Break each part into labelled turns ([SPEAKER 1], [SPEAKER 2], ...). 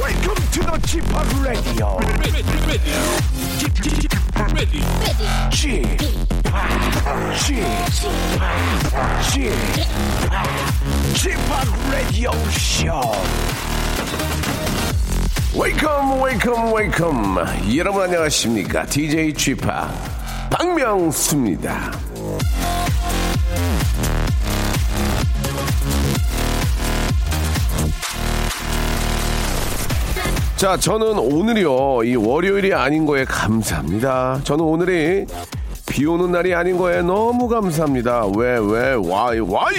[SPEAKER 1] Welcome to the Chip Radio. Chip Chip Chip Radio Show. Welcome, welcome, welcome. 여러분 안녕하십니까? DJ Chip 박명수입니다. 자, 저는 오늘이요. 이 월요일이 아닌 거에 감사합니다. 저는 오늘이 비 오는 날이 아닌 거에 너무 감사합니다. 왜, 왜, 와이, 와이!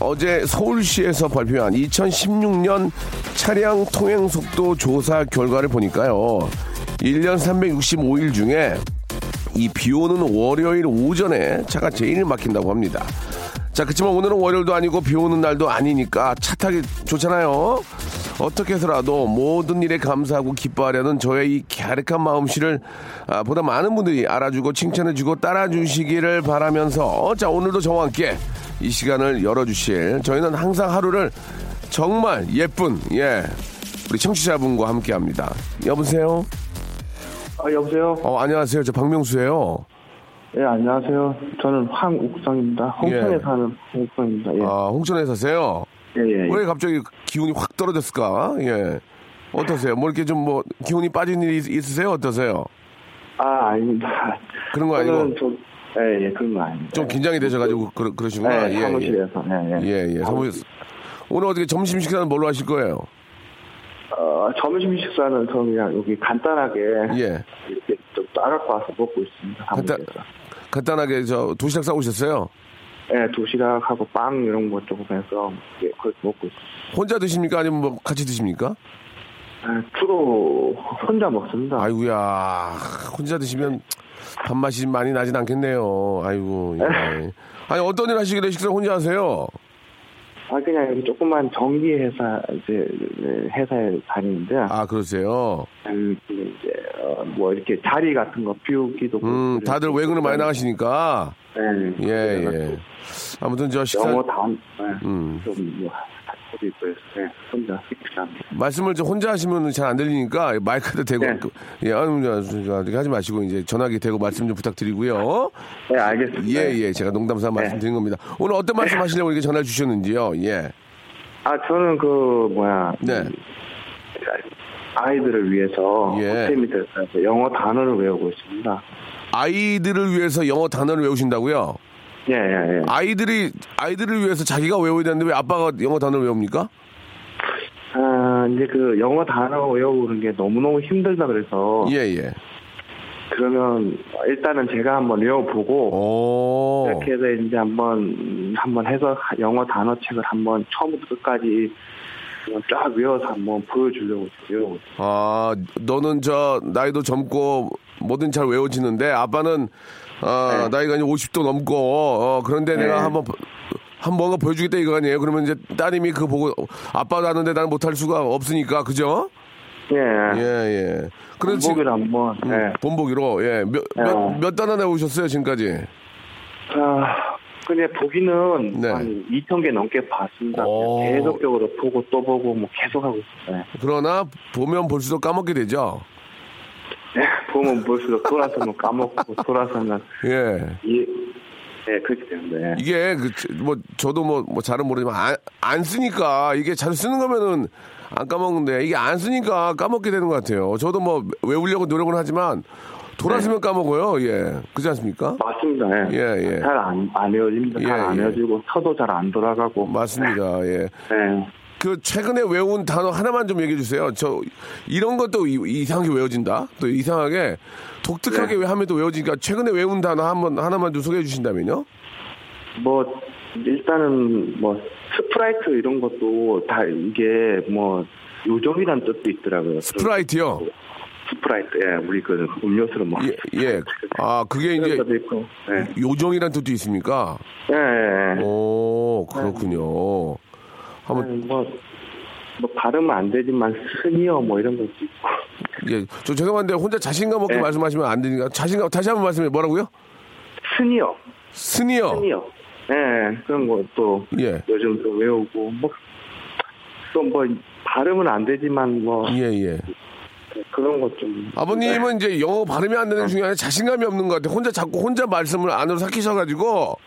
[SPEAKER 1] 어제 서울시에서 발표한 2016년 차량 통행 속도 조사 결과를 보니까요. 1년 365일 중에 이 비 오는 월요일 오전에 차가 제일 막힌다고 합니다. 자, 그렇지만 오늘은 월요일도 아니고 비 오는 날도 아니니까 차 타기 좋잖아요. 어떻게 해서라도 모든 일에 감사하고 기뻐하려는 저의 이 갸륵한 마음씨를 아, 보다 많은 분들이 알아주고 칭찬해주고 따라주시기를 바라면서 자, 오늘도 저와 함께 이 시간을 열어주실 저희는 항상 하루를 정말 예쁜, 예, 우리 청취자분과 함께 합니다. 여보세요?
[SPEAKER 2] 아, 여보세요?
[SPEAKER 1] 어, 안녕하세요. 저 박명수예요.
[SPEAKER 2] 예, 안녕하세요. 저는 황옥성입니다. 홍천에
[SPEAKER 1] 예.
[SPEAKER 2] 사는 황옥성입니다. 예.
[SPEAKER 1] 아, 홍천에 사세요?
[SPEAKER 2] 예, 예, 예.
[SPEAKER 1] 왜 갑자기 기운이 확 떨어졌을까? 예. 어떠세요? 뭐 이렇게 좀 뭐 기운이 빠진 일이 있- 있으세요? 어떠세요?
[SPEAKER 2] 아, 아닙니다.
[SPEAKER 1] 그런 거 아니고?
[SPEAKER 2] 저는 좀, 예, 예, 그런 거 아닙니다.
[SPEAKER 1] 좀 긴장이 되셔가지고 그러, 그러시구나.
[SPEAKER 2] 예,
[SPEAKER 1] 예,
[SPEAKER 2] 사무실에서. 예,
[SPEAKER 1] 예.
[SPEAKER 2] 예.
[SPEAKER 1] 예, 예. 사무실. 오늘 어떻게 점심 식사는 뭘로 하실 거예요?
[SPEAKER 2] 어, 점심 식사는 저 그냥 여기 간단하게
[SPEAKER 1] 예.
[SPEAKER 2] 이렇게 좀 따갖고 와서 먹고 있습니다.
[SPEAKER 1] 간단,
[SPEAKER 2] 사무실에서.
[SPEAKER 1] 간단하게 저 도시락 싸오셨어요?
[SPEAKER 2] 예, 도시락하고 빵 이런 거 조금 해서 예, 그렇게 먹고 있습니다.
[SPEAKER 1] 혼자 드십니까? 아니면 뭐 같이 드십니까?
[SPEAKER 2] 예, 주로 혼자 먹습니다.
[SPEAKER 1] 아이고야 혼자 드시면 밥맛이 많이 나진 않겠네요. 아이고. 예. 아니 어떤 일 하시길래 식사 혼자 하세요?
[SPEAKER 2] 아, 그냥 여기 조그만 정기 회사, 이제, 예, 회사에 다니는데.
[SPEAKER 1] 아 그러세요.
[SPEAKER 2] 그 이제 어, 뭐 이렇게 자리 같은 거 비우기도
[SPEAKER 1] 음
[SPEAKER 2] 그렇고
[SPEAKER 1] 다들
[SPEAKER 2] 그래서
[SPEAKER 1] 외근을 많이 나가시니까
[SPEAKER 2] 네,
[SPEAKER 1] 예 예.
[SPEAKER 2] 그래가지고
[SPEAKER 1] 아무튼 저 식사
[SPEAKER 2] 영어 다음 네.
[SPEAKER 1] 음.
[SPEAKER 2] 좀뭐 하고 있고 네, 혼자 식사합니다.
[SPEAKER 1] 말씀을 저 혼자 하시면 잘 안 들리니까 마이크도 대고
[SPEAKER 2] 네.
[SPEAKER 1] 그- 예 아니 저- 저- 저- 저기 하지 마시고 이제 전화기 대고 말씀 좀 부탁드리고요.
[SPEAKER 2] 네 알겠습니다.
[SPEAKER 1] 예 예. 제가 농담삼아 말씀드린 겁니다. 오늘 어떤 말씀 하시려고 이렇게 전화 를 주셨는지요? 예.
[SPEAKER 2] 아 저는 그 뭐야
[SPEAKER 1] 네.
[SPEAKER 2] 아이들을 위해서
[SPEAKER 1] 예.
[SPEAKER 2] 호텔 밑에서 영어 단어를 외우고 있습니다.
[SPEAKER 1] 아이들을 위해서 영어 단어를 외우신다고요?
[SPEAKER 2] 예예 예.
[SPEAKER 1] 아이들이 아이들을 위해서 자기가 외워야 되는데 왜 아빠가 영어 단어를 외웁니까?
[SPEAKER 2] 아 이제 그 영어 단어 외우는 게 너무 너무 힘들다 그래서
[SPEAKER 1] 예 예.
[SPEAKER 2] 그러면 일단은 제가 한번 외워보고
[SPEAKER 1] 오.
[SPEAKER 2] 이렇게 해서 이제 한번 한번 해서 영어 단어책을 한번 처음부터 끝까지 한번 쫙 외워서 한번 보여주려고 외우고 있어요.
[SPEAKER 1] 아 너는 저 나이도 젊고 뭐든 잘 외워지는데 아빠는 아,
[SPEAKER 2] 네.
[SPEAKER 1] 나이가 이제 50도 넘고 어, 그런데 내가 한번 한 뭔가 보여주겠다 이거 아니에요? 그러면 이제 따님이 그 보고 아빠도 하는데 나는 못할 수가 없으니까 그죠? 예
[SPEAKER 2] 예.
[SPEAKER 1] 예. 그래서 지금 음.
[SPEAKER 2] 공복을 한번. 예.
[SPEAKER 1] 본보기로 예몇몇
[SPEAKER 2] 예.
[SPEAKER 1] 몇 단어 내오셨어요 지금까지?
[SPEAKER 2] 아, 근데 보기는
[SPEAKER 1] 네.
[SPEAKER 2] 한 2천 개 넘게 봤습니다.
[SPEAKER 1] 오.
[SPEAKER 2] 계속적으로 보고 또 보고 뭐 계속 하고 있어요.
[SPEAKER 1] 그러나 보면 볼수록 까먹게 되죠.
[SPEAKER 2] 예. 보면 볼수록 돌아서면 까먹고 돌아서면
[SPEAKER 1] 예.
[SPEAKER 2] 예. 예, 그렇게 되는데.
[SPEAKER 1] 이게 그 뭐 저도 뭐, 뭐 잘은 모르지만 안, 안 쓰니까 이게 잘 쓰는 거면은 안 까먹는데 이게 안 쓰니까 까먹게 되는 것 같아요. 저도 뭐 외우려고 노력은 하지만 돌아서면 까먹어요. 예. 그렇지 않습니까?
[SPEAKER 2] 맞습니다. 예.
[SPEAKER 1] 예, 예.
[SPEAKER 2] 잘 안, 안 외워집니다. 잘
[SPEAKER 1] 예,
[SPEAKER 2] 안
[SPEAKER 1] 예.
[SPEAKER 2] 외워지고, 쳐도 잘 안 돌아가고.
[SPEAKER 1] 맞습니다. 예.
[SPEAKER 2] 예.
[SPEAKER 1] 그 최근에 외운 단어 하나만 좀 얘기해 주세요. 저 이런 것도 이- 이상하게 외워진다. 또 이상하게 독특하게 왜 하면 또 외워지니까 최근에 외운 단어 한번 하나만 좀 소개해 주신다면요.
[SPEAKER 2] 뭐 일단은 뭐 스프라이트 이런 것도 다 이게 뭐 요정이란 뜻도 있더라고요.
[SPEAKER 1] 스프라이트요.
[SPEAKER 2] 스프라이트, 예, 우리 그 음료수로 뭐.
[SPEAKER 1] 예, 음. 예. 아, 그게 이제
[SPEAKER 2] 것도 있고. 예.
[SPEAKER 1] 요정이란 뜻도 있습니까?
[SPEAKER 2] 예, 예, 예.
[SPEAKER 1] 오, 그렇군요. 한번
[SPEAKER 2] 아니, 뭐, 뭐 발음은 안 되지만 스니어 뭐 이런 것도 있고.
[SPEAKER 1] 예, 저 죄송한데 혼자 자신감 없게
[SPEAKER 2] 네.
[SPEAKER 1] 말씀하시면 안 되니까 자신감 다시 한번 말씀해 뭐라고요?
[SPEAKER 2] 스니어,
[SPEAKER 1] 스니어.
[SPEAKER 2] 스니어. 예, 그런 것도
[SPEAKER 1] 예.
[SPEAKER 2] 요즘 또 외우고 뭐. 또 뭐 발음은 안 되지만 뭐
[SPEAKER 1] 예, 예.
[SPEAKER 2] 그런 것좀
[SPEAKER 1] 아버님은 뭐, 이제 영어 발음이 안 되는 중이 아니라 자신감이 없는 것 같아요. 혼자 자꾸 혼자 말씀을 안으로 삭히셔가지고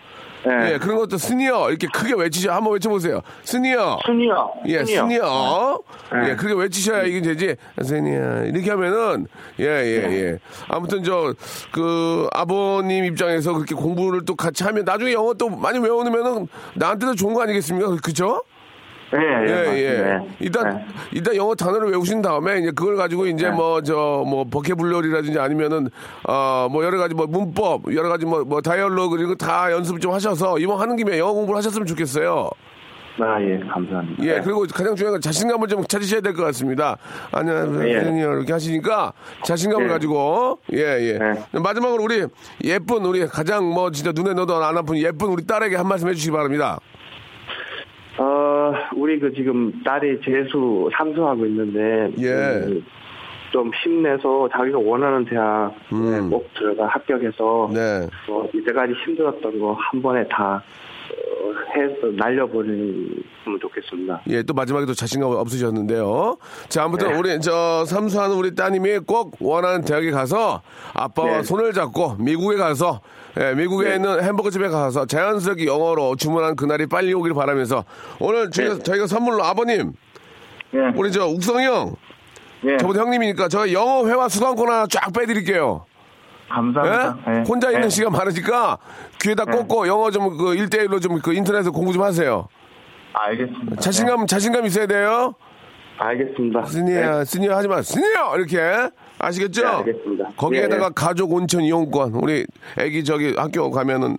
[SPEAKER 2] 예.
[SPEAKER 1] 예, 그런 것도 스니어 이렇게 크게 외치죠. 한번 외쳐보세요. 스니어.
[SPEAKER 2] 스니어
[SPEAKER 1] 예, 스니어.
[SPEAKER 2] 네.
[SPEAKER 1] 예, 그렇게 외치셔야 이게 되지. 스니어. 이렇게 하면은, 예, 예,
[SPEAKER 2] 네.
[SPEAKER 1] 예. 아무튼 저, 그, 아버님 입장에서 그렇게 공부를 또 같이 하면 나중에 영어 또 많이 외워놓으면은 나한테도 좋은 거 아니겠습니까? 그쵸?
[SPEAKER 2] 예,
[SPEAKER 1] 예,
[SPEAKER 2] 예,
[SPEAKER 1] 예.
[SPEAKER 2] 맞습니다.
[SPEAKER 1] 일단,
[SPEAKER 2] 예.
[SPEAKER 1] 일단 영어 단어를 외우신 다음에 이제 그걸 가지고
[SPEAKER 2] 네.
[SPEAKER 1] 이제 뭐, 저, 뭐, 버켓블롤이라든지 아니면은, 어, 뭐 여러 가지 뭐 문법, 여러 가지 뭐, 뭐 다이얼로그 이런 거 다 연습 좀 하셔서 이왕 하는 김에 영어 공부를 하셨으면 좋겠어요.
[SPEAKER 2] 아, 예, 감사합니다.
[SPEAKER 1] 예, 그리고 가장 중요한 건 자신감을 좀 찾으셔야 될 것 같습니다. 안녕하세요.
[SPEAKER 2] 예.
[SPEAKER 1] 이렇게 하시니까 자신감을
[SPEAKER 2] 예.
[SPEAKER 1] 가지고, 예, 예.
[SPEAKER 2] 예.
[SPEAKER 1] 마지막으로 우리 예쁜 우리 가장 뭐 진짜 눈에 넣어도 안 아픈 예쁜 우리 딸에게 한 말씀 해주시기 바랍니다.
[SPEAKER 2] 어, 우리 그 지금 딸이 재수 삼수하고 있는데
[SPEAKER 1] 예.
[SPEAKER 2] 음, 좀 힘내서 자기가 원하는 대학에 네,
[SPEAKER 1] 음.
[SPEAKER 2] 꼭 들어가 합격해서
[SPEAKER 1] 네.
[SPEAKER 2] 어, 이때까지 힘들었던 거 한 번에 다 어, 해서 날려버리면 좋겠습니다.
[SPEAKER 1] 예, 또 마지막에 또 자신감 없으셨는데요. 자, 아무튼
[SPEAKER 2] 네.
[SPEAKER 1] 우리 저 삼수하는 우리 따님이 꼭 원하는 대학에 가서 아빠와
[SPEAKER 2] 네.
[SPEAKER 1] 손을 잡고 미국에 가서 예, 미국에 있는 햄버거집에 가서 자연스럽게 영어로 주문한 그날이 빨리 오길 바라면서 오늘 저희가,
[SPEAKER 2] 네.
[SPEAKER 1] 저희가 선물로 아버님
[SPEAKER 2] 예,
[SPEAKER 1] 우리 저 욱성이 형
[SPEAKER 2] 예,
[SPEAKER 1] 저보다 형님이니까 저 영어 회화 수강권 하나 쫙 빼드릴게요.
[SPEAKER 2] 감사합니다. 네.
[SPEAKER 1] 예?
[SPEAKER 2] 예.
[SPEAKER 1] 혼자 있는
[SPEAKER 2] 예.
[SPEAKER 1] 시간 많으니까 귀에다 꽂고 영어 좀 그 1대1로 좀 그 인터넷에서 공부 좀 하세요.
[SPEAKER 2] 알겠습니다.
[SPEAKER 1] 자신감, 자신감 있어야 돼요.
[SPEAKER 2] 예, 알겠습니다.
[SPEAKER 1] 스니어, 스니어 하지 마. 스니어! 이렇게. 아시겠죠?
[SPEAKER 2] 네, 알겠습니다.
[SPEAKER 1] 거기에다가
[SPEAKER 2] 예, 예.
[SPEAKER 1] 가족 온천 이용권. 우리 애기 저기 학교 가면은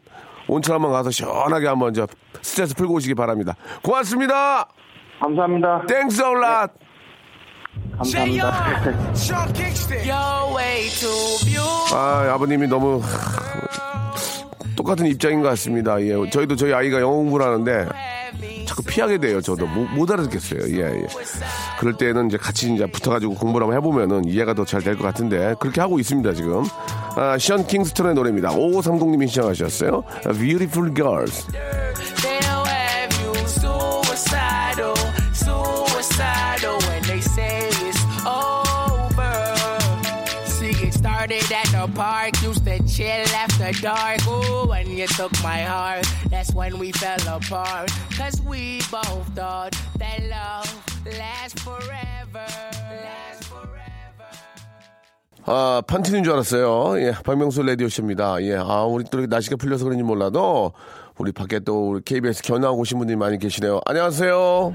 [SPEAKER 1] 온천 한번 가서 시원하게 한번 저 스트레스 풀고 오시기 바랍니다. 고맙습니다.
[SPEAKER 2] 예, 감사합니다.
[SPEAKER 1] 땡스 올랏.
[SPEAKER 2] 감사합니다.
[SPEAKER 1] 아, 아버님이 너무 똑같은 입장인 것 같습니다. 예, 저희도 저희 아이가 영어 공부를 하는데 자꾸 피하게 돼요. 저도 못, 못 알아듣겠어요. 예, 예. 그럴 때는 이제 같이 이제 붙어가지고 공부를 한번 해보면은 이해가 더 잘 될 것 같은데 그렇게 하고 있습니다 지금. 아, 션 킹스턴의 노래입니다. 5530님이 시청하셨어요. Beautiful Girls.
[SPEAKER 3] They'll have you suicidal, suicidal when they say it's over. See, it started at the park, used to chill after dark. Ooh, when you took my heart, that's when we fell apart. Cause we both thought that love lasts forever, lasts forever.
[SPEAKER 1] 아, 판티는 줄 알았어요. 예, 박명수 라디오쇼입니다. 예, 아, 우리 또 이렇게 날씨가 풀려서 그런지 몰라도 우리 밖에 또 우리 KBS 견학 오신 분들이 많이 계시네요. 안녕하세요.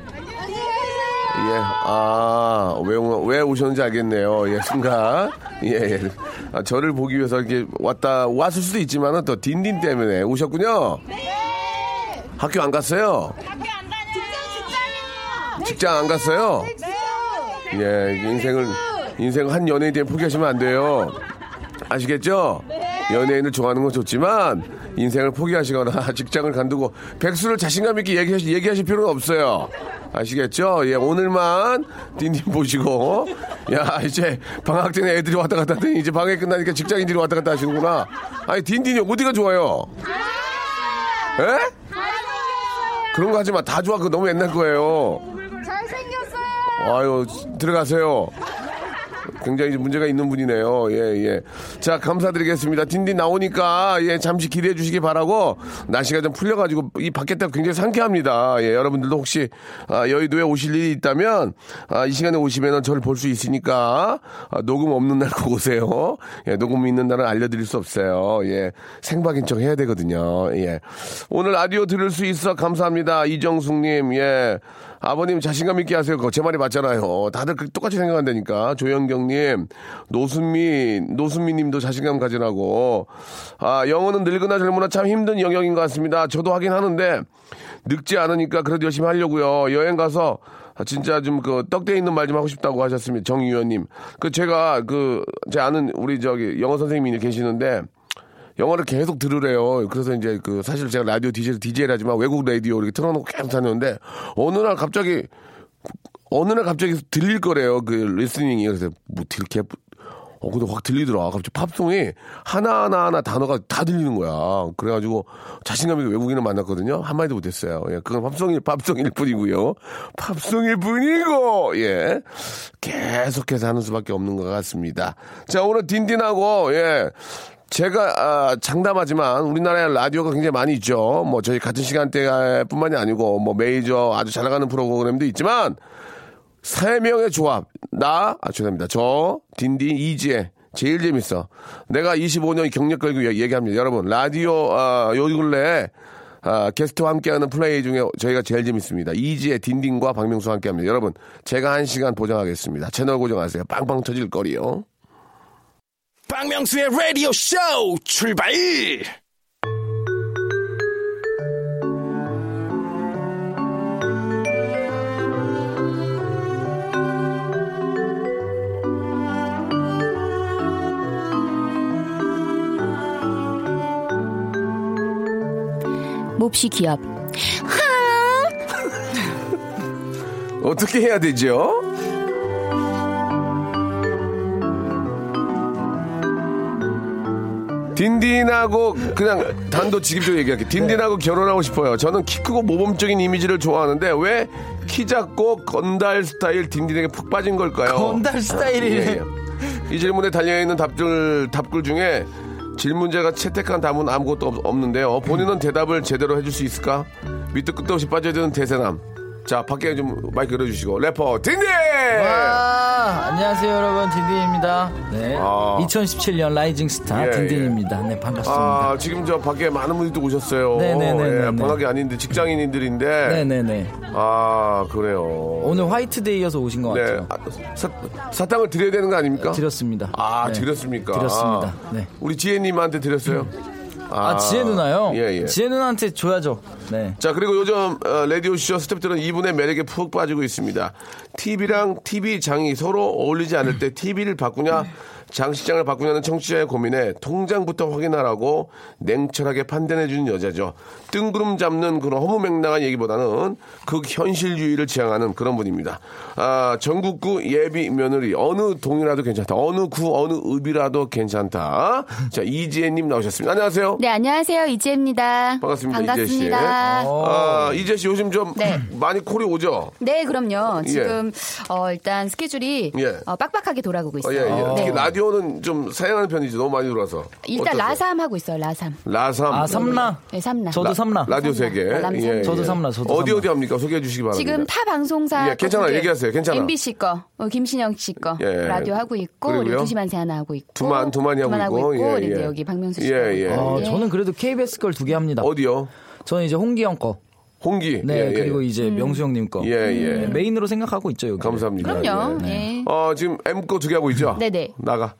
[SPEAKER 1] 예, 아, 왜, 오- 왜 오셨는지 알겠네요. 예, 순간. 예, 예. 아, 저를 보기 위해서 이렇게 왔다, 왔을 수도 있지만은 또 딘딘 때문에 오셨군요. 네. 학교 안 갔어요? 네. 직장 안 갔어요? 예, 인생을, 인생 한 연예인 때문에 포기하시면 안 돼요. 아시겠죠? 연예인을 좋아하는 건 좋지만, 인생을 포기하시거나 직장을 간두고, 백수를 자신감 있게 얘기하시, 얘기하실 필요는 없어요. 아시겠죠? 예, 오늘만 딘딘 보시고, 야, 이제 방학 때는 애들이 왔다 갔다 하더니, 이제 방학이 끝나니까 직장인들이 왔다 갔다 하시는구나. 아니, 딘딘이 어디가 좋아요? 에? 그런 거 하지 마. 다 좋아. 그거 너무 옛날 거예요. 아유, 들어가세요. 굉장히 문제가 있는 분이네요. 예, 예. 자, 감사드리겠습니다. 딘딘 나오니까, 예, 잠시 기대해 주시기 바라고, 날씨가 좀 풀려가지고, 이 밖에 딱 굉장히 상쾌합니다. 예, 여러분들도 혹시, 아, 여의도에 오실 일이 있다면, 아, 이 시간에 오시면 저를 볼 수 있으니까, 아, 녹음 없는 날 꼭 오세요. 예, 녹음 있는 날은 알려드릴 수 없어요. 예, 생방인 척 해야 되거든요. 예. 오늘 라디오 들을 수 있어 감사합니다. 이정숙님, 예. 아버님 자신감 있게 하세요. 그거 제 말이 맞잖아요. 다들 그- 똑같이 생각한다니까. 조영경님, 노순민, 노순민님도 자신감 가지라고. 아 영어는 늙으나 젊으나 참 힘든 영역인 것 같습니다. 저도 하긴 하는데 늙지 않으니까 그래도 열심히 하려고요. 여행 가서 아, 진짜 좀 그 떡대 있는 말 좀 하고 싶다고 하셨습니다. 정 의원님. 그 제가 그 제 아는 우리 저기 영어 선생님이 계시는데 영어를 계속 들으래요. 그래서 이제 그 사실 제가 라디오 DJ를 DJ를 하지만 외국 라디오 이렇게 틀어놓고 계속 다녔는데 어느 날 갑자기 어느 날 갑자기 들릴 거래요. 그 리스닝이 그래서 뭐 이렇게 어 근데 확 들리더라. 갑자기 팝송이 하나하나 하나 단어가 다 들리는 거야. 그래가지고 자신감 있게 외국인을 만났거든요. 한마디도 못했어요. 예, 그건 팝송일 팝송일 뿐이고요. 팝송일 뿐이고 예 계속해서 하는 수밖에 없는 것 같습니다. 자 오늘 딘딘하고 예 제가 아, 장담하지만 우리나라에 라디오가 굉장히 많이 있죠. 뭐 저희 같은 시간대뿐만이 아니고 뭐 메이저 아주 잘 나가는 프로그램도 있지만 세 명의 조합 나 아, 죄송합니다. 저 딘디 이지혜 제일 재밌어. 내가 25년 경력 걸고 얘- 얘기합니다. 여러분 라디오 아, 요 근래 아, 게스트와 함께하는 플레이 중에 저희가 제일 재밌습니다. 이지혜 딘딘과 박명수와 함께합니다. 여러분 제가 한 시간 보장하겠습니다. 채널 고정하세요. 빵빵 터질 거리요.
[SPEAKER 4] 박명수의 라디오 쇼 출발!
[SPEAKER 5] 몹시 기업.
[SPEAKER 1] 어떻게 해야 되죠? 딘딘하고 그냥 단도직입적으로 얘기할게요. 딘딘하고 결혼하고 싶어요. 저는 키 크고 모범적인 이미지를 좋아하는데 왜 키 작고 건달 스타일 딘딘에게 푹 빠진 걸까요?
[SPEAKER 4] 건달 스타일이네.
[SPEAKER 1] 예, 예. 이 질문에 달려있는 답글, 답글 중에 질문자가 채택한 답은 아무것도 없, 없는데요. 본인은 대답을 제대로 해줄 수 있을까? 밑도 끝도 없이 빠져드는 대세남. 자, 밖에 좀 마이크 열어주시고. 래퍼 딘딘!
[SPEAKER 4] 아, 안녕하세요 여러분 딘딘입니다. 네.
[SPEAKER 1] 아.
[SPEAKER 4] 2017년 라이징 스타
[SPEAKER 1] 예,
[SPEAKER 4] 딘딘입니다. 네 반갑습니다.
[SPEAKER 1] 아, 지금 저 밖에 많은 분들도 오셨어요.
[SPEAKER 4] 네네네네네.
[SPEAKER 1] 예, 방학이 아닌데 직장인인들인데.
[SPEAKER 4] 네네네.
[SPEAKER 1] 아, 그래요.
[SPEAKER 4] 오늘 화이트데이여서 오신 것
[SPEAKER 1] 네.
[SPEAKER 4] 같아요.
[SPEAKER 1] 아, 사, 사탕을 드려야 되는 거 아닙니까?
[SPEAKER 4] 어, 드렸습니다.
[SPEAKER 1] 아,
[SPEAKER 4] 네.
[SPEAKER 1] 드렸습니까?
[SPEAKER 4] 드렸습니다.
[SPEAKER 1] 아,
[SPEAKER 4] 네.
[SPEAKER 1] 우리 지혜님한테 드렸어요.
[SPEAKER 4] 아, 지혜 누나요?
[SPEAKER 1] 예, 예.
[SPEAKER 4] 지혜 누나한테 줘야죠. 네.
[SPEAKER 1] 자 그리고 요즘 어, 라디오쇼 스탭들은 이분의 매력에 푹 빠지고 있습니다. TV랑 TV 장이 서로 어울리지 않을 때 TV를 바꾸냐 장시장을 바꾸냐는 청취자의 고민에 통장부터 확인하라고 냉철하게 판단해주는 여자죠. 뜬구름 잡는 그런 허무맹랑한 얘기보다는 그 극현실주의를 지향하는 그런 분입니다. 아, 전국구 예비 며느리 어느 동이라도 괜찮다. 어느 구 어느 읍이라도 괜찮다. 자 이지혜님 나오셨습니다. 안녕하세요.
[SPEAKER 6] 네, 안녕하세요. 이지혜입니다.
[SPEAKER 1] 반갑습니다,
[SPEAKER 6] 반갑습니다.
[SPEAKER 1] 아,
[SPEAKER 4] 어.
[SPEAKER 1] 이재 씨 요즘 좀
[SPEAKER 6] 네.
[SPEAKER 1] 많이 콜이 오죠?
[SPEAKER 6] 네, 그럼요. 지금 어, 일단 스케줄이
[SPEAKER 1] 예.
[SPEAKER 6] 어, 빡빡하게 돌아가고
[SPEAKER 1] 어, 예,
[SPEAKER 6] 있어요.
[SPEAKER 1] 예.
[SPEAKER 6] 네.
[SPEAKER 1] 특히 라디오는 좀 사양하는 편이지 너무 많이 들어와서.
[SPEAKER 6] 일단
[SPEAKER 1] 어떠세요?
[SPEAKER 6] 라삼 하고 있어요. 라삼.
[SPEAKER 1] 라삼.
[SPEAKER 4] 아 삼라.
[SPEAKER 6] 네, 삼라.
[SPEAKER 4] 저도 삼라.
[SPEAKER 1] 라디오 세 개.
[SPEAKER 6] 라삼.
[SPEAKER 4] 저도 삼라, 저도
[SPEAKER 1] 어디
[SPEAKER 4] 삼라.
[SPEAKER 1] 어디 합니까? 소개해 주시기 바랍니다.
[SPEAKER 6] 지금 타 방송사
[SPEAKER 1] 예, 괜찮아요.
[SPEAKER 6] 두 개.
[SPEAKER 1] 얘기하세요. 괜찮아.
[SPEAKER 6] MBC 거, 어, 김신영 씨 거,
[SPEAKER 1] 예.
[SPEAKER 6] 라디오 하고 있고,
[SPEAKER 1] 그리고요?
[SPEAKER 6] 그리고 두시만 세 하나 하고 있고,
[SPEAKER 1] 두만 두만이 하고 있고, 예,
[SPEAKER 6] 이제
[SPEAKER 1] 예.
[SPEAKER 6] 여기 박명수
[SPEAKER 1] 예,
[SPEAKER 6] 씨. 하고 있고.
[SPEAKER 1] 예.
[SPEAKER 4] 어, 저는 그래도 KBS 걸 두 개 합니다.
[SPEAKER 1] 어디요?
[SPEAKER 4] 저는 이제 홍기영 거.
[SPEAKER 1] 홍기.
[SPEAKER 4] 네,
[SPEAKER 1] 예, 예.
[SPEAKER 4] 그리고 이제
[SPEAKER 6] 음.
[SPEAKER 4] 명수 형님 거.
[SPEAKER 1] 예, 예.
[SPEAKER 4] 네, 메인으로 생각하고 있죠, 여기.
[SPEAKER 1] 감사합니다.
[SPEAKER 6] 그럼요.
[SPEAKER 1] 예.
[SPEAKER 6] 예.
[SPEAKER 1] 어, 지금 M 거 두 개 하고 있죠?
[SPEAKER 6] 네, 네.
[SPEAKER 1] 나가.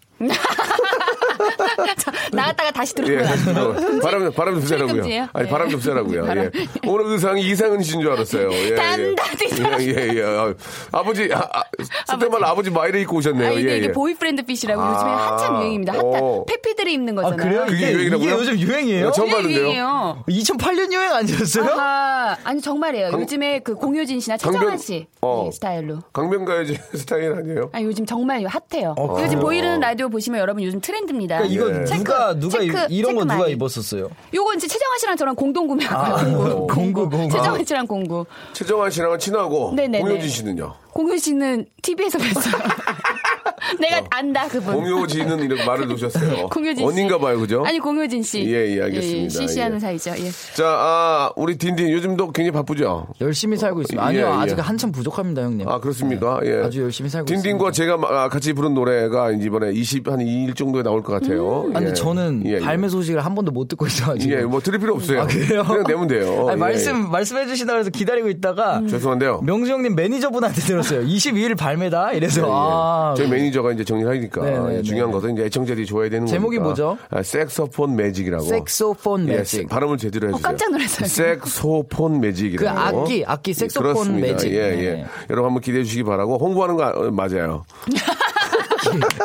[SPEAKER 6] 나갔다가 다시
[SPEAKER 1] 예.
[SPEAKER 6] 들어오면 안 돼요.
[SPEAKER 1] 바람 바람 좀 쐬라고요.
[SPEAKER 6] 금지예요?
[SPEAKER 1] 아니
[SPEAKER 6] 네.
[SPEAKER 1] 바람 좀 쐬라고요. 예. 오늘 의상이 이상은이신 줄 알았어요. 예, 예.
[SPEAKER 6] 단단히
[SPEAKER 1] 예, 예, 예. 아, 아버지 아, 아, 속된 말로 아버지 마이를 입고 오셨네요.
[SPEAKER 6] 아, 이게,
[SPEAKER 1] 예,
[SPEAKER 6] 이게
[SPEAKER 1] 예.
[SPEAKER 6] 보이프렌드 핏이라고 요즘에
[SPEAKER 1] 아.
[SPEAKER 6] 한참 유행입니다.
[SPEAKER 1] 오.
[SPEAKER 6] 핫한 페피들이 입는 거잖아요.
[SPEAKER 1] 그게 유행이라고요?
[SPEAKER 4] 요즘 유행이에요?
[SPEAKER 1] 야, 처음 봤는데요.
[SPEAKER 6] 유행이에요.
[SPEAKER 4] 2008년 유행 어, 아니었어요?
[SPEAKER 6] 아하, 아니 정말이에요. 요즘에 그 공효진 씨나
[SPEAKER 1] 강변-
[SPEAKER 6] 최정환 씨
[SPEAKER 1] 어.
[SPEAKER 6] 네, 스타일로.
[SPEAKER 1] 강변가요제 스타일 아니에요?
[SPEAKER 6] 아니 요즘 정말 핫해요.
[SPEAKER 1] 어,
[SPEAKER 6] 요즘 보이는 라디오 보시면 여러분 요즘 트렌드입니다.
[SPEAKER 4] 그러니까 이거
[SPEAKER 1] 예.
[SPEAKER 4] 누가 누가 이-
[SPEAKER 6] 체크,
[SPEAKER 4] 이런 거
[SPEAKER 6] 체크
[SPEAKER 4] 누가
[SPEAKER 6] 많이.
[SPEAKER 4] 입었었어요?
[SPEAKER 6] 요건 이제 최정환 씨랑 저랑 공동 구매한
[SPEAKER 4] 아,
[SPEAKER 6] 거예요.
[SPEAKER 4] 공구, 공구, 공구.
[SPEAKER 6] 최정환 씨랑 공구.
[SPEAKER 1] 최정환 씨랑은 친하고
[SPEAKER 6] 네네네.
[SPEAKER 1] 공효진 씨는요.
[SPEAKER 6] 공효 씨는 TV에서 뵀어요. 내가 안다 그분.
[SPEAKER 1] 공효진은 이렇게 말을 놓으셨어요.
[SPEAKER 6] 공효진 씨.
[SPEAKER 1] 언닌가 봐요, 그죠?
[SPEAKER 6] 아니 공효진 씨.
[SPEAKER 1] 예, 예, 알겠습니다.
[SPEAKER 6] 실시하는
[SPEAKER 1] 예.
[SPEAKER 6] 사이죠. 예.
[SPEAKER 1] 자, 아, 우리 딘딘 요즘도 굉장히 바쁘죠?
[SPEAKER 4] 열심히 살고 있습니다.
[SPEAKER 1] 예,
[SPEAKER 4] 아니요,
[SPEAKER 1] 예.
[SPEAKER 4] 아직 한참 부족합니다, 형님.
[SPEAKER 1] 아, 그렇습니까? 예.
[SPEAKER 4] 네. 아주 열심히 살고
[SPEAKER 1] 딘딘과
[SPEAKER 4] 있습니다.
[SPEAKER 1] 제가 마- 아, 같이 부른 노래가 이제 이번에 20, 한 2일 정도에 나올 것 같아요.
[SPEAKER 4] 음. 아니,
[SPEAKER 1] 예.
[SPEAKER 4] 근데 저는
[SPEAKER 1] 예, 예.
[SPEAKER 4] 발매 소식을 한 번도 못 듣고 있어가지고.
[SPEAKER 1] 예, 뭐 들을 필요 없어요.
[SPEAKER 4] 아, 그래요?
[SPEAKER 1] 냥 내면 돼요.
[SPEAKER 4] 아니,
[SPEAKER 1] 예,
[SPEAKER 4] 말씀,
[SPEAKER 1] 예.
[SPEAKER 4] 말씀해주시다 그래서 기다리고 있다가.
[SPEAKER 6] 음.
[SPEAKER 1] 죄송한데요.
[SPEAKER 4] 명수 형님 매니저분한테 들었어요. 22일 발매다? 이래서.
[SPEAKER 1] 예, 예.
[SPEAKER 4] 아.
[SPEAKER 1] 저희 매니저가 이제 정리하니까
[SPEAKER 4] 네, 네,
[SPEAKER 1] 예, 중요한
[SPEAKER 4] 네.
[SPEAKER 1] 것은 이제 애청자들이 좋아야 되는
[SPEAKER 4] 제목이
[SPEAKER 1] 거니까.
[SPEAKER 4] 뭐죠?
[SPEAKER 1] 아, 섹소폰 매직이라고.
[SPEAKER 4] 색소폰
[SPEAKER 1] 예,
[SPEAKER 4] 매직.
[SPEAKER 1] 발음을 제대로 해주세요.
[SPEAKER 6] 어, 깜짝 놀랐어요.
[SPEAKER 1] 색소폰
[SPEAKER 4] 그
[SPEAKER 1] 매직이라고.
[SPEAKER 4] 악기, 악기
[SPEAKER 1] 예,
[SPEAKER 4] 색소폰
[SPEAKER 1] 그렇습니다.
[SPEAKER 4] 매직.
[SPEAKER 1] 예,
[SPEAKER 4] 네,
[SPEAKER 1] 예.
[SPEAKER 4] 네.
[SPEAKER 1] 여러분 한번 기대해 주시기 바라고 홍보하는 거 아- 맞아요.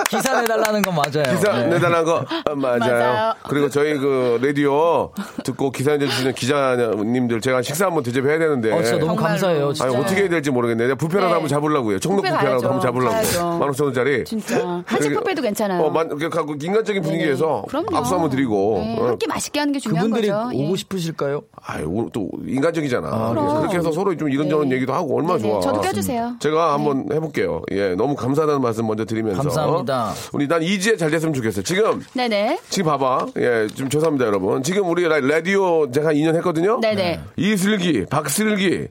[SPEAKER 4] 기사 내달라는 건 맞아요.
[SPEAKER 1] 기사
[SPEAKER 4] 네.
[SPEAKER 1] 내달란 거 아, 맞아요.
[SPEAKER 6] 맞아요.
[SPEAKER 1] 그리고 저희 그 라디오 듣고 기사 내주시는 기자님들 제가 식사 한번 대접해야 되는데.
[SPEAKER 4] 어, 진짜 너무
[SPEAKER 6] 정말로.
[SPEAKER 4] 감사해요.
[SPEAKER 1] 아니
[SPEAKER 4] 진짜.
[SPEAKER 1] 어떻게 해야 될지 모르겠네. 내가 부패라도
[SPEAKER 6] 네.
[SPEAKER 1] 한번 잡으려고요. 청록
[SPEAKER 6] 부패
[SPEAKER 1] 부패라도
[SPEAKER 6] 가야죠.
[SPEAKER 1] 한번
[SPEAKER 6] 가야죠.
[SPEAKER 1] 잡으려고. 만 오천 원짜리. 그
[SPEAKER 6] 진짜. 한식 뷔페도 괜찮아요. 네.
[SPEAKER 1] 어, 만, 그, 갖고 인간적인 분위기에서
[SPEAKER 6] 예, 그럼요.
[SPEAKER 1] 박수 한번 드리고.
[SPEAKER 6] 네,
[SPEAKER 1] 어.
[SPEAKER 6] 함께 맛있게 하는 게 중요한
[SPEAKER 4] 그분들이
[SPEAKER 6] 거죠. 예.
[SPEAKER 4] 오고 싶으실까요?
[SPEAKER 1] 아유, 오늘 또 인간적이잖아.
[SPEAKER 6] 그럼.
[SPEAKER 1] 그렇게 해서 서로 좀 이런저런
[SPEAKER 6] 네.
[SPEAKER 1] 얘기도 하고 얼마나
[SPEAKER 6] 네,
[SPEAKER 1] 좋아.
[SPEAKER 6] 저도 껴주세요. 네.
[SPEAKER 1] 제가 한번 해볼게요. 예, 너무 감사하다는 말씀 먼저 드리면서.
[SPEAKER 4] 감사합니다.
[SPEAKER 1] 우리 난 이제 잘 됐으면 좋겠어. 지금
[SPEAKER 6] 네네.
[SPEAKER 1] 지금 봐봐. 예, 좀 죄송합니다, 여러분. 지금 우리 라- 라디오 제가 한 2년 했거든요.
[SPEAKER 6] 네네.
[SPEAKER 1] 이슬기, 박슬기,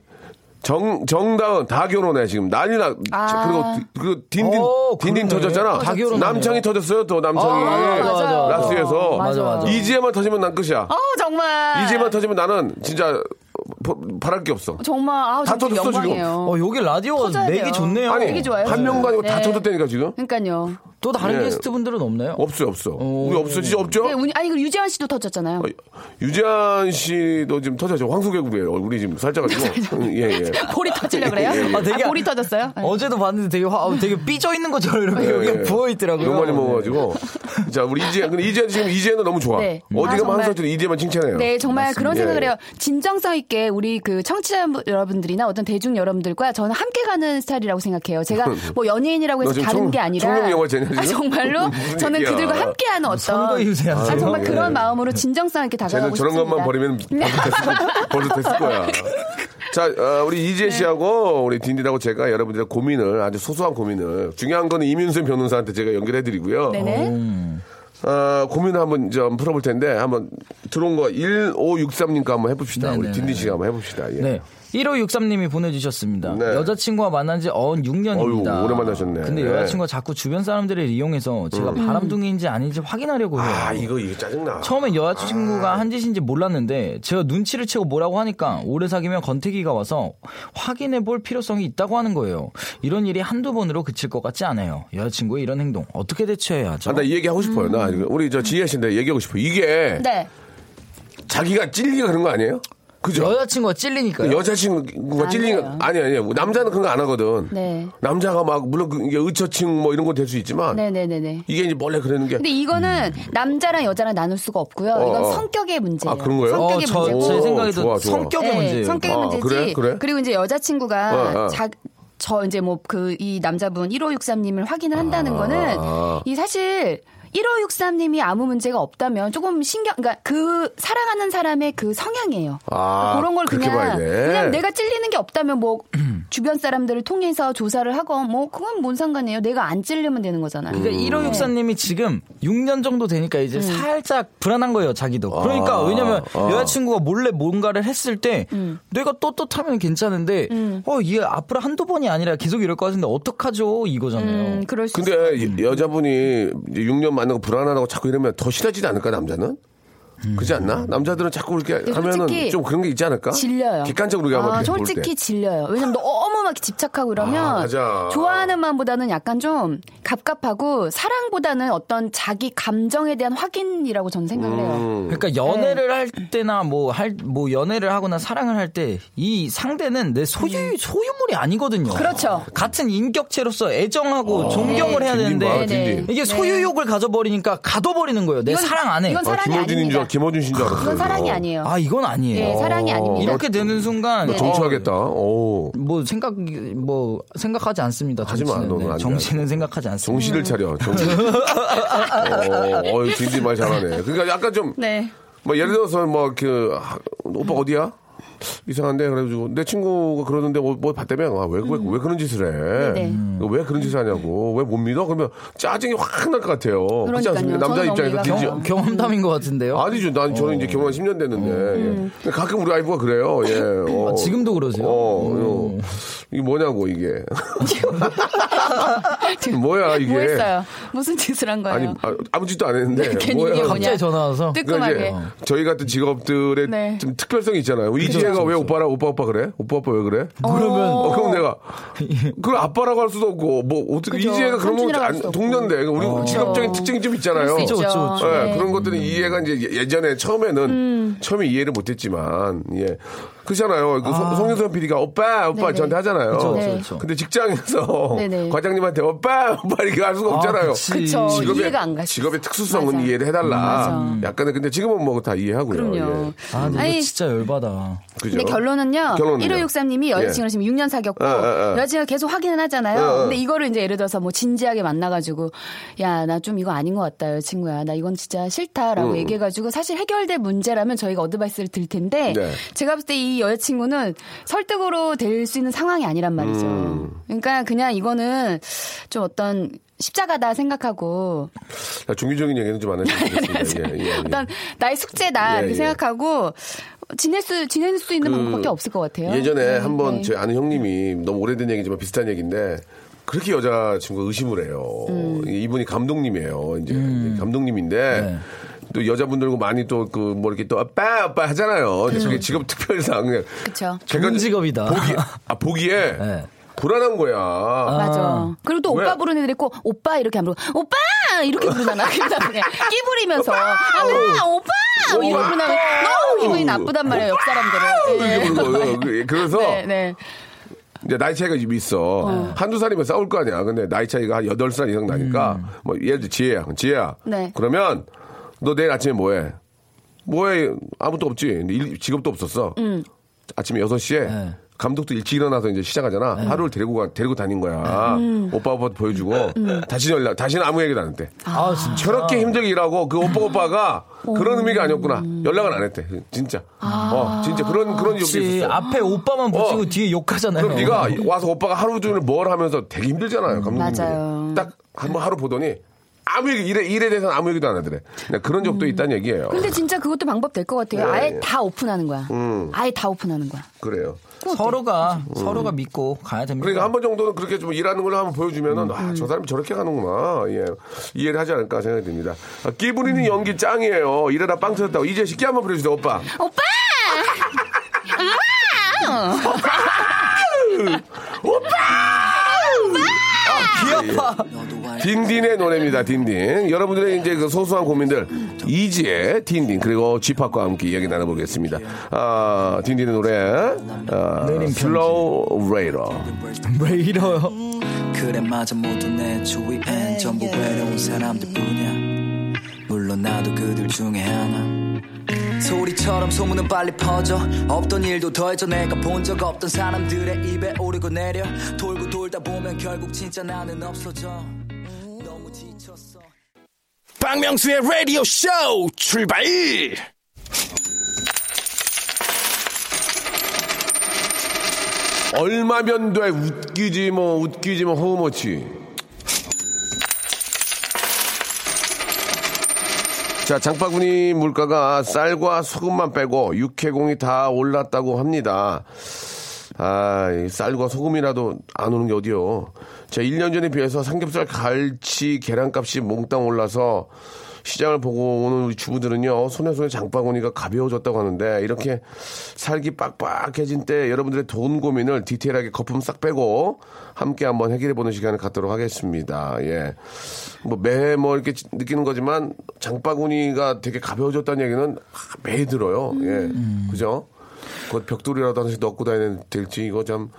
[SPEAKER 1] 정, 정다은 다 결혼해, 지금. 난리 나.
[SPEAKER 6] 아.
[SPEAKER 1] 그리고, 그 딘딘,
[SPEAKER 4] 오,
[SPEAKER 1] 딘딘
[SPEAKER 4] 어, 그러네.
[SPEAKER 1] 터졌잖아.
[SPEAKER 4] 다 결혼하네요.
[SPEAKER 1] 남창이 터졌어요, 또 남창이.
[SPEAKER 4] 맞아, 맞아, 맞아.
[SPEAKER 1] 라스에서.
[SPEAKER 4] 맞아, 맞아.
[SPEAKER 1] 이제만 터지면 난 끝이야.
[SPEAKER 6] 어 정말.
[SPEAKER 1] 이제만 터지면 나는 진짜 보- 바랄 게 없어.
[SPEAKER 6] 정말 아우
[SPEAKER 1] 다
[SPEAKER 6] 진짜
[SPEAKER 1] 터졌어, 지금.
[SPEAKER 6] 영광이에요.
[SPEAKER 4] 어, 여기 라디오가
[SPEAKER 6] 터져야
[SPEAKER 4] 내기
[SPEAKER 6] 돼요.
[SPEAKER 4] 좋네요.
[SPEAKER 1] 아니,
[SPEAKER 6] 되게 좋아요.
[SPEAKER 1] 한 명도 아니고 다
[SPEAKER 6] 네.
[SPEAKER 1] 터졌다니까, 지금?
[SPEAKER 6] 그러니까요.
[SPEAKER 4] 또 다른
[SPEAKER 1] 예.
[SPEAKER 4] 게스트 분들은 없나요?
[SPEAKER 1] 없어요, 없어. 우리 없어, 진짜 없죠?
[SPEAKER 6] 네, 운- 아니 그 유재환 씨도 터졌잖아요.
[SPEAKER 1] 어, 유재한 씨도 지금 터져죠. 황소개구리예요. 얼굴이 지금 살짝가지고. 예, 예.
[SPEAKER 6] 볼이 터지려 그래요?
[SPEAKER 1] 예, 예.
[SPEAKER 4] 아, 되게-
[SPEAKER 6] 아, 볼이 터졌어요? 네.
[SPEAKER 4] 어제도 봤는데 되게 화, 어, 되게 삐져 있는 것처럼 이렇게
[SPEAKER 1] 예,
[SPEAKER 4] 여기가
[SPEAKER 1] 예.
[SPEAKER 4] 부어 있더라고요. 네.
[SPEAKER 1] 너무 많이 먹어가지고. 자, 우리 이재, 근데 이재 지금 이재는 너무 좋아.
[SPEAKER 6] 네.
[SPEAKER 1] 어디
[SPEAKER 6] 아,
[SPEAKER 1] 가면
[SPEAKER 6] 정말.
[SPEAKER 1] 한사람들이 이재만 칭찬해요.
[SPEAKER 6] 네, 정말 그런 생각을
[SPEAKER 1] 예.
[SPEAKER 6] 해요. 진정성 있게 우리 그 청취자 여러분들이나 어떤 대중 여러분들과 저는 함께 가는 스타일이라고 생각해요. 제가 뭐 연예인이라고
[SPEAKER 1] 너
[SPEAKER 6] 해서
[SPEAKER 1] 지금
[SPEAKER 6] 다른
[SPEAKER 1] 청-
[SPEAKER 6] 게 아니라
[SPEAKER 1] 청룡 영화 재냐, 지금?
[SPEAKER 6] 아, 정말로
[SPEAKER 1] 무슨
[SPEAKER 6] 저는
[SPEAKER 1] 얘기야.
[SPEAKER 6] 그들과 함께하는 어떤
[SPEAKER 4] 뭐 선거 유세야.
[SPEAKER 6] 아, 정말
[SPEAKER 1] 예.
[SPEAKER 6] 그런 마음으로 진정성 있게
[SPEAKER 1] 쟤는
[SPEAKER 6] 다가가고
[SPEAKER 1] 저런
[SPEAKER 6] 싶습니다.
[SPEAKER 1] 것만 버리면 벌써 됐을, 벌써 됐을 거야. 자, 어, 우리 이재 씨하고 우리 딘딘하고 제가 여러분들의 고민을 아주 소소한 고민을 중요한 거는 이민순 변호사한테 제가 연결해드리고요.
[SPEAKER 6] 네네.
[SPEAKER 1] 어, 고민을 한번 좀 풀어볼 텐데 한번 들어온 거 1563님과 한번 해봅시다. 우리
[SPEAKER 4] 네네네.
[SPEAKER 1] 딘딘 씨가 한번 해봅시다. 예.
[SPEAKER 4] 네. 1563님이 보내주셨습니다.
[SPEAKER 1] 네.
[SPEAKER 4] 여자친구와 만난 지 어언 6년입니다.
[SPEAKER 1] 어휴, 오래 만나셨네. 음.
[SPEAKER 4] 근데 여자친구가 자꾸 주변 사람들을 이용해서 제가 바람둥이인지 아닌지 확인하려고 해요.
[SPEAKER 1] 아, 이거 이거 짜증나.
[SPEAKER 4] 처음엔 여자친구가 한 짓인지 몰랐는데 제가 눈치를 채고 뭐라고 하니까 오래 사귀면 건태기가 와서 확인해 볼 필요성이 있다고 하는 거예요. 이런 일이 한두 번으로 그칠 것 같지 않아요. 여자친구의 이런 행동 어떻게 대처해야 하죠?
[SPEAKER 1] 아, 나 이 얘기 하고 싶어요. 나 이거. 우리 저 지혜 씨인데 얘기하고 싶어. 이게
[SPEAKER 6] 네.
[SPEAKER 1] 자기가 찔리가 그런 거 아니에요? 그죠? 그러니까
[SPEAKER 4] 여자친구가 찔리니까요.
[SPEAKER 1] 여자친구가 찔리가
[SPEAKER 6] 아니에요.
[SPEAKER 1] 아니 아니에요. 남자는 그런 거 안 하거든.
[SPEAKER 6] 네.
[SPEAKER 1] 남자가 막 물론 그 이게 의처칭 뭐 이런 건 될 수 있지만
[SPEAKER 6] 네네네네.
[SPEAKER 1] 이게 이제 원래 그러는 게
[SPEAKER 6] 근데 이거는 남자랑 여자랑 나눌 수가 없고요.
[SPEAKER 1] 어,
[SPEAKER 6] 이건
[SPEAKER 1] 어.
[SPEAKER 6] 성격의 문제예요.
[SPEAKER 1] 아, 그런 거예요?
[SPEAKER 6] 성격의
[SPEAKER 4] 어, 저,
[SPEAKER 6] 문제고.
[SPEAKER 4] 제 생각에도
[SPEAKER 1] 좋아, 좋아.
[SPEAKER 4] 성격의
[SPEAKER 6] 네,
[SPEAKER 4] 문제예요.
[SPEAKER 6] 성격의
[SPEAKER 1] 아,
[SPEAKER 6] 문제지.
[SPEAKER 1] 그래? 그래?
[SPEAKER 6] 리고 이제 여자친구가
[SPEAKER 1] 어, 어.
[SPEAKER 6] 자, 저 이제 뭐 그 이 남자분 1563님을 확인을
[SPEAKER 1] 아.
[SPEAKER 6] 한다는 거는 이 사실 1563님이 아무 문제가 없다면 조금 신경, 그러니까 그 사랑하는 사람의 그 성향이에요. 그러니까
[SPEAKER 1] 아,
[SPEAKER 6] 그런 걸
[SPEAKER 1] 그렇게 봐야
[SPEAKER 6] 그냥
[SPEAKER 1] 돼.
[SPEAKER 6] 그냥 내가 찔리는 게 없다면 뭐 주변 사람들을 통해서 조사를 하고 뭐 그건 뭔 상관이에요. 내가 안 찔리면 되는 거잖아요.
[SPEAKER 1] 음.
[SPEAKER 4] 그러니까 1564님이 지금 6년 정도 되니까
[SPEAKER 6] 음.
[SPEAKER 4] 이제 살짝 불안한 거예요, 자기도. 그러니까 왜냐면 여자친구가 몰래 뭔가를 했을 때
[SPEAKER 6] 음.
[SPEAKER 4] 내가 떳떳하면 괜찮은데 어, 얘 앞으로 한두 번이 아니라 계속 이럴 것 같은데 어떡하죠? 이거잖아요.
[SPEAKER 6] 음, 그럴 수
[SPEAKER 1] 근데 여- 여자분이 이제 6년 만나고 불안하다고 자꾸 이러면 더 싫어지지 않을까 남자는? 그렇지 않나? 남자들은 자꾸 이렇게
[SPEAKER 6] 근데
[SPEAKER 1] 하면은
[SPEAKER 6] 솔직히
[SPEAKER 1] 좀 그런 게 있지 않을까?
[SPEAKER 6] 질려요.
[SPEAKER 1] 객관적으로 우리가
[SPEAKER 6] 아,
[SPEAKER 1] 한번 볼 때.
[SPEAKER 6] 솔직히 질려요. 왜냐면 너무 막 집착하고 이러면
[SPEAKER 1] 아, 맞아.
[SPEAKER 6] 좋아하는 마음보다는 약간 좀 갑갑하고 사랑보다는 어떤 자기 감정에 대한 확인이라고 저는 생각을
[SPEAKER 1] 음.
[SPEAKER 6] 해요.
[SPEAKER 4] 그러니까 연애를 할 때나 뭐 할 뭐 연애를 하거나 사랑을 할 때 이 상대는 내 소유 소유물이 아니거든요.
[SPEAKER 6] 음. 그렇죠.
[SPEAKER 4] 같은 인격체로서 애정하고 존경을 해야
[SPEAKER 1] 딘딘 봐,
[SPEAKER 4] 되는데
[SPEAKER 1] 딘딘.
[SPEAKER 4] 이게 소유욕을 가져버리니까 가둬버리는 거예요.
[SPEAKER 6] 네.
[SPEAKER 4] 내
[SPEAKER 6] 이건-
[SPEAKER 4] 사랑 안에.
[SPEAKER 6] 이건
[SPEAKER 1] 아,
[SPEAKER 6] 사랑이
[SPEAKER 1] 김어준인 줄
[SPEAKER 6] 아닙니다.
[SPEAKER 1] 알, 김어준 씨인 줄 알았어.
[SPEAKER 6] 이건 사랑이 아니에요.
[SPEAKER 4] 아 이건 아니에요.
[SPEAKER 6] 예, 사랑이 아닙니다.
[SPEAKER 4] 이렇게 되는 순간
[SPEAKER 1] 뭐 정치하겠다. 오.
[SPEAKER 4] 뭐 생각 뭐 생각하지 않습니다.
[SPEAKER 1] 하지 마,
[SPEAKER 4] 정치는 네,
[SPEAKER 1] 너는 안 돼.
[SPEAKER 4] 정치는 생각하지 않습니다.
[SPEAKER 1] 정신을 차려. 정신. 어, 어이, 딘딘 말 잘하네. 그러니까 약간 좀,
[SPEAKER 6] 네.
[SPEAKER 1] 뭐 예를 들어서 뭐 그 오빠 어디야? 이상한데 그래가지고 내 친구가 그러는데 뭐, 뭐 봤다며 아, 왜, 왜, 왜 그런 짓을 해?
[SPEAKER 6] 음. 네네.
[SPEAKER 1] 왜 그런 짓을 하냐고 왜 못 믿어? 그러면 짜증이 확 날 것 같아요. 그렇지
[SPEAKER 6] 그러니까요.
[SPEAKER 1] 않습니까? 남자
[SPEAKER 6] 저는 너무
[SPEAKER 1] 입장에서
[SPEAKER 6] 이해가
[SPEAKER 1] 뒤지.
[SPEAKER 6] 가요. 어. 음,
[SPEAKER 4] 경험담인 것 같은데요.
[SPEAKER 1] 아니죠. 난 저는 이제 결혼한 10년 됐는데 예. 근데 가끔 우리 아이프가 그래요. 예. 어.
[SPEAKER 4] 아, 지금도 그러세요?
[SPEAKER 1] 어, 어.
[SPEAKER 6] 음.
[SPEAKER 1] 이게 뭐냐고 이게 뭐야 이게
[SPEAKER 6] 뭐 했어요? 무슨 짓을 한 거예요? 네,
[SPEAKER 1] 아니 아, 아무 짓도 안 했는데
[SPEAKER 6] 괜히
[SPEAKER 1] 뭐야
[SPEAKER 6] 이게 뭐냐.
[SPEAKER 4] 갑자기 전화 와서
[SPEAKER 6] 뜨끔하게. 어.
[SPEAKER 1] 그러니까 이제 저희 같은 직업들의
[SPEAKER 6] 네.
[SPEAKER 1] 좀 특별성이 있잖아요. 이지혜가 왜 오빠라 오빠 오빠 그래? 오빠 오빠 왜 그래?
[SPEAKER 4] 그러면
[SPEAKER 1] 어, 그럼 내가 그걸 아빠라고 할 수도 없고 뭐 어떻게
[SPEAKER 6] 그죠.
[SPEAKER 1] 이지혜가 그런 거
[SPEAKER 6] 삼촌이라고 할수
[SPEAKER 1] 안-
[SPEAKER 6] 없고.
[SPEAKER 1] 동년대 그러니까 우리
[SPEAKER 4] 어.
[SPEAKER 1] 직업적인 특징이 좀 있잖아요.
[SPEAKER 6] 그럴 수
[SPEAKER 4] 그쵸,
[SPEAKER 6] 있죠.
[SPEAKER 4] 그쵸,
[SPEAKER 1] 예,
[SPEAKER 6] 네.
[SPEAKER 1] 그런 것들은 이해가 이제 예- 예전에 처음에는 처음에 이해를 못했지만 예 그렇잖아요. 그 송- 송윤선 PD가 오빠 오빠
[SPEAKER 6] 네네.
[SPEAKER 1] 저한테 하잖아요.
[SPEAKER 4] 그쵸, 그쵸,
[SPEAKER 6] 네.
[SPEAKER 4] 그쵸.
[SPEAKER 1] 근데 직장에서
[SPEAKER 6] 네네.
[SPEAKER 1] 과장님한테 오빠 오빠 이렇게 할 수가 없잖아요.
[SPEAKER 4] 그치.
[SPEAKER 6] 그쵸.
[SPEAKER 1] 직업의-
[SPEAKER 6] 어, 이해가 안 가시죠.
[SPEAKER 1] 직업의 특수성은
[SPEAKER 6] 맞아.
[SPEAKER 1] 이해를 해달라.
[SPEAKER 6] 음,
[SPEAKER 1] 약간은 근데 지금은 뭐 다 이해하고요.
[SPEAKER 6] 그럼요.
[SPEAKER 1] 예.
[SPEAKER 4] 아, 근데
[SPEAKER 6] 아니,
[SPEAKER 4] 이거 진짜 열받아.
[SPEAKER 1] 그죠?
[SPEAKER 6] 근데 결론은요.
[SPEAKER 1] 그렇죠. 결론은요.
[SPEAKER 6] 1563님이 여자친구를 지금 6년 사귀었고
[SPEAKER 1] 예, 예, 예.
[SPEAKER 6] 여자친구가 계속 확인을 하잖아요.
[SPEAKER 1] 예, 예.
[SPEAKER 6] 근데 이거를 이제 예를 들어서 뭐 진지하게 만나가지고 야 나 좀 이거 아닌 것 같다 여자친구야. 나 이건 진짜
[SPEAKER 1] 음.
[SPEAKER 6] 싫다라고 얘기해가지고 사실 해결될 문제라면 저희가 어드바이스를 드릴 텐데
[SPEAKER 1] 네.
[SPEAKER 6] 제가 봤을 때 이 여자친구는 설득으로 될 수 있는 상황이 아니란 말이죠.
[SPEAKER 1] 음.
[SPEAKER 6] 그러니까 그냥 이거는 좀 어떤 십자가다 생각하고
[SPEAKER 1] 자, 종교적인 얘기는 좀 안
[SPEAKER 6] 네,
[SPEAKER 1] 하시면 좋겠습니다. 예, 예, 예.
[SPEAKER 6] 어떤 나의 숙제다
[SPEAKER 1] 예,
[SPEAKER 6] 이렇게
[SPEAKER 1] 예. 그
[SPEAKER 6] 생각하고 지낼 수 지낼 수 있는 방법밖에 없을 것 같아요.
[SPEAKER 1] 예전에
[SPEAKER 6] 네,
[SPEAKER 1] 한번
[SPEAKER 6] 네.
[SPEAKER 1] 제 아는 형님이 너무 오래된 얘기지만 비슷한 얘기인데 그렇게 여자친구가 의심을 해요.
[SPEAKER 6] 음.
[SPEAKER 1] 이분이 감독님이에요. 이제 감독님인데
[SPEAKER 6] 네.
[SPEAKER 1] 또 여자분들과 많이 또 그 뭐 이렇게 또 아빠 아빠 하잖아요. 근데 그게 직업 특별상 그냥
[SPEAKER 6] 그쵸.
[SPEAKER 1] 제가
[SPEAKER 4] 좋은 직업이다.
[SPEAKER 1] 보기, 아 보기에
[SPEAKER 4] 네.
[SPEAKER 1] 불안한 거야.
[SPEAKER 6] 맞아. 그리고 또
[SPEAKER 1] 왜?
[SPEAKER 6] 오빠 부르는 애들 있고 오빠 이렇게 안 부르고 오빠 이렇게 부르잖아. 그러다 그냥 끼부리면서 아나 뭐,
[SPEAKER 1] 어.
[SPEAKER 6] 오빠 뭐 이러고 부르면 너무 기분이 나쁘단 말이에요. 옆
[SPEAKER 1] 이렇게
[SPEAKER 6] 사람들은.
[SPEAKER 1] 부르는 거예요. 그- 그래서
[SPEAKER 6] 네, 네.
[SPEAKER 1] 이제 나이 차이가 좀 있어. 한두 살이면 싸울 거 아니야. 근데 나이 차이가 한 8살 이상 나니까, 뭐, 예를 들어 지혜야. 그럼 지혜야.
[SPEAKER 6] 네.
[SPEAKER 1] 그러면, 너 내일 아침에 뭐 해? 뭐 해? 아무것도 없지. 근데 일- 직업도 없었어.
[SPEAKER 6] 음.
[SPEAKER 1] 아침에 6시에.
[SPEAKER 4] 네.
[SPEAKER 1] 감독도 일찍 일어나서 이제 시작하잖아. 하루를 데리고 가, 데리고 다닌 거야.
[SPEAKER 6] 음.
[SPEAKER 1] 오빠 오빠 보여주고 다시 연락, 다시는 아무 얘기도 안 했대.
[SPEAKER 4] 아, 진짜.
[SPEAKER 1] 저렇게 힘들게 일하고 그 오빠 오빠가 그런 의미가 아니었구나. 연락을 안 했대. 진짜. 어, 진짜 그런 그런 욕이
[SPEAKER 4] 아, 혹시
[SPEAKER 1] 있었어.
[SPEAKER 4] 앞에 오빠만 붙이고
[SPEAKER 1] 어.
[SPEAKER 4] 뒤에 욕하잖아요.
[SPEAKER 1] 그럼 네가 와서 오빠가 하루 종일 뭘 하면서 되게 힘들잖아요. 감독님들.
[SPEAKER 6] 맞아요.
[SPEAKER 1] 딱 한번 하루 보더니 아무 얘기 일에 일에 대해서는 아무 얘기도 안 하더래. 그냥 그런 적도 있다는 얘기예요.
[SPEAKER 6] 근데 진짜 그것도 방법 될 것 같아요.
[SPEAKER 1] 예,
[SPEAKER 6] 아예
[SPEAKER 1] 예.
[SPEAKER 6] 다 오픈하는 거야.
[SPEAKER 1] 음.
[SPEAKER 6] 아예 다 오픈하는 거야.
[SPEAKER 1] 그래요.
[SPEAKER 4] 서로가 서로가 믿고 가야 됩니다.
[SPEAKER 1] 그러니까 한 번 정도는 그렇게 좀 일하는 걸 한번 보여주면은 아 저 사람이 저렇게 가는구나 예 이해를 하지 않을까 생각이 듭니다. 아, 끼부리는 연기 짱이에요. 일하다 빵 터졌다고 이제 쉽게 한번 보여주세요 오빠.
[SPEAKER 6] 오빠!
[SPEAKER 1] 딘딘의 노래입니다. 딘딘. 여러분들의 이제 그 소소한 고민들 이지의 딘딘 그리고 쥐팍과 함께 이야기 나눠보겠습니다. 아 딘딘의 노래 아, 슬로우 레이러.
[SPEAKER 4] 왜 이래요?
[SPEAKER 7] 그래 맞아 모두 내 주위엔 전부 외로운 사람들뿐이야 물론 나도 그들 중에 하나 소리처럼 소문은 빨리 퍼져 없던 일도 더해져 내가 본 적 없던 사람들의 입에 오르고 내려 돌고 돌다 보면 결국 진짜 나는 없어져 너무 지쳤어
[SPEAKER 8] 박명수의 라디오 쇼 출발!
[SPEAKER 1] 얼마면 돼 웃기지 뭐 웃기지 뭐 허무치. 자, 장바구니 물가가 쌀과 소금만 빼고 육해공이 다 올랐다고 합니다. 아, 이 쌀과 소금이라도 안 오는 게 어디요. 자, 1년 전에 비해서 삼겹살, 갈치, 계란값이 몽땅 올라서 시장을 보고 오는 우리 주부들은요, 손에 손에 장바구니가 가벼워졌다고 하는데, 이렇게 살기 빡빡해진 때 여러분들의 돈 고민을 디테일하게 거품 싹 빼고, 함께 한번 해결해보는 시간을 갖도록 하겠습니다. 예. 뭐 매해 뭐 이렇게 지- 느끼는 거지만 장바구니가 되게 가벼워졌다는 얘기는 매일 들어요. 예. 그죠? 곧 벽돌이라도 하나씩 넣고 다니는 될지 이거 참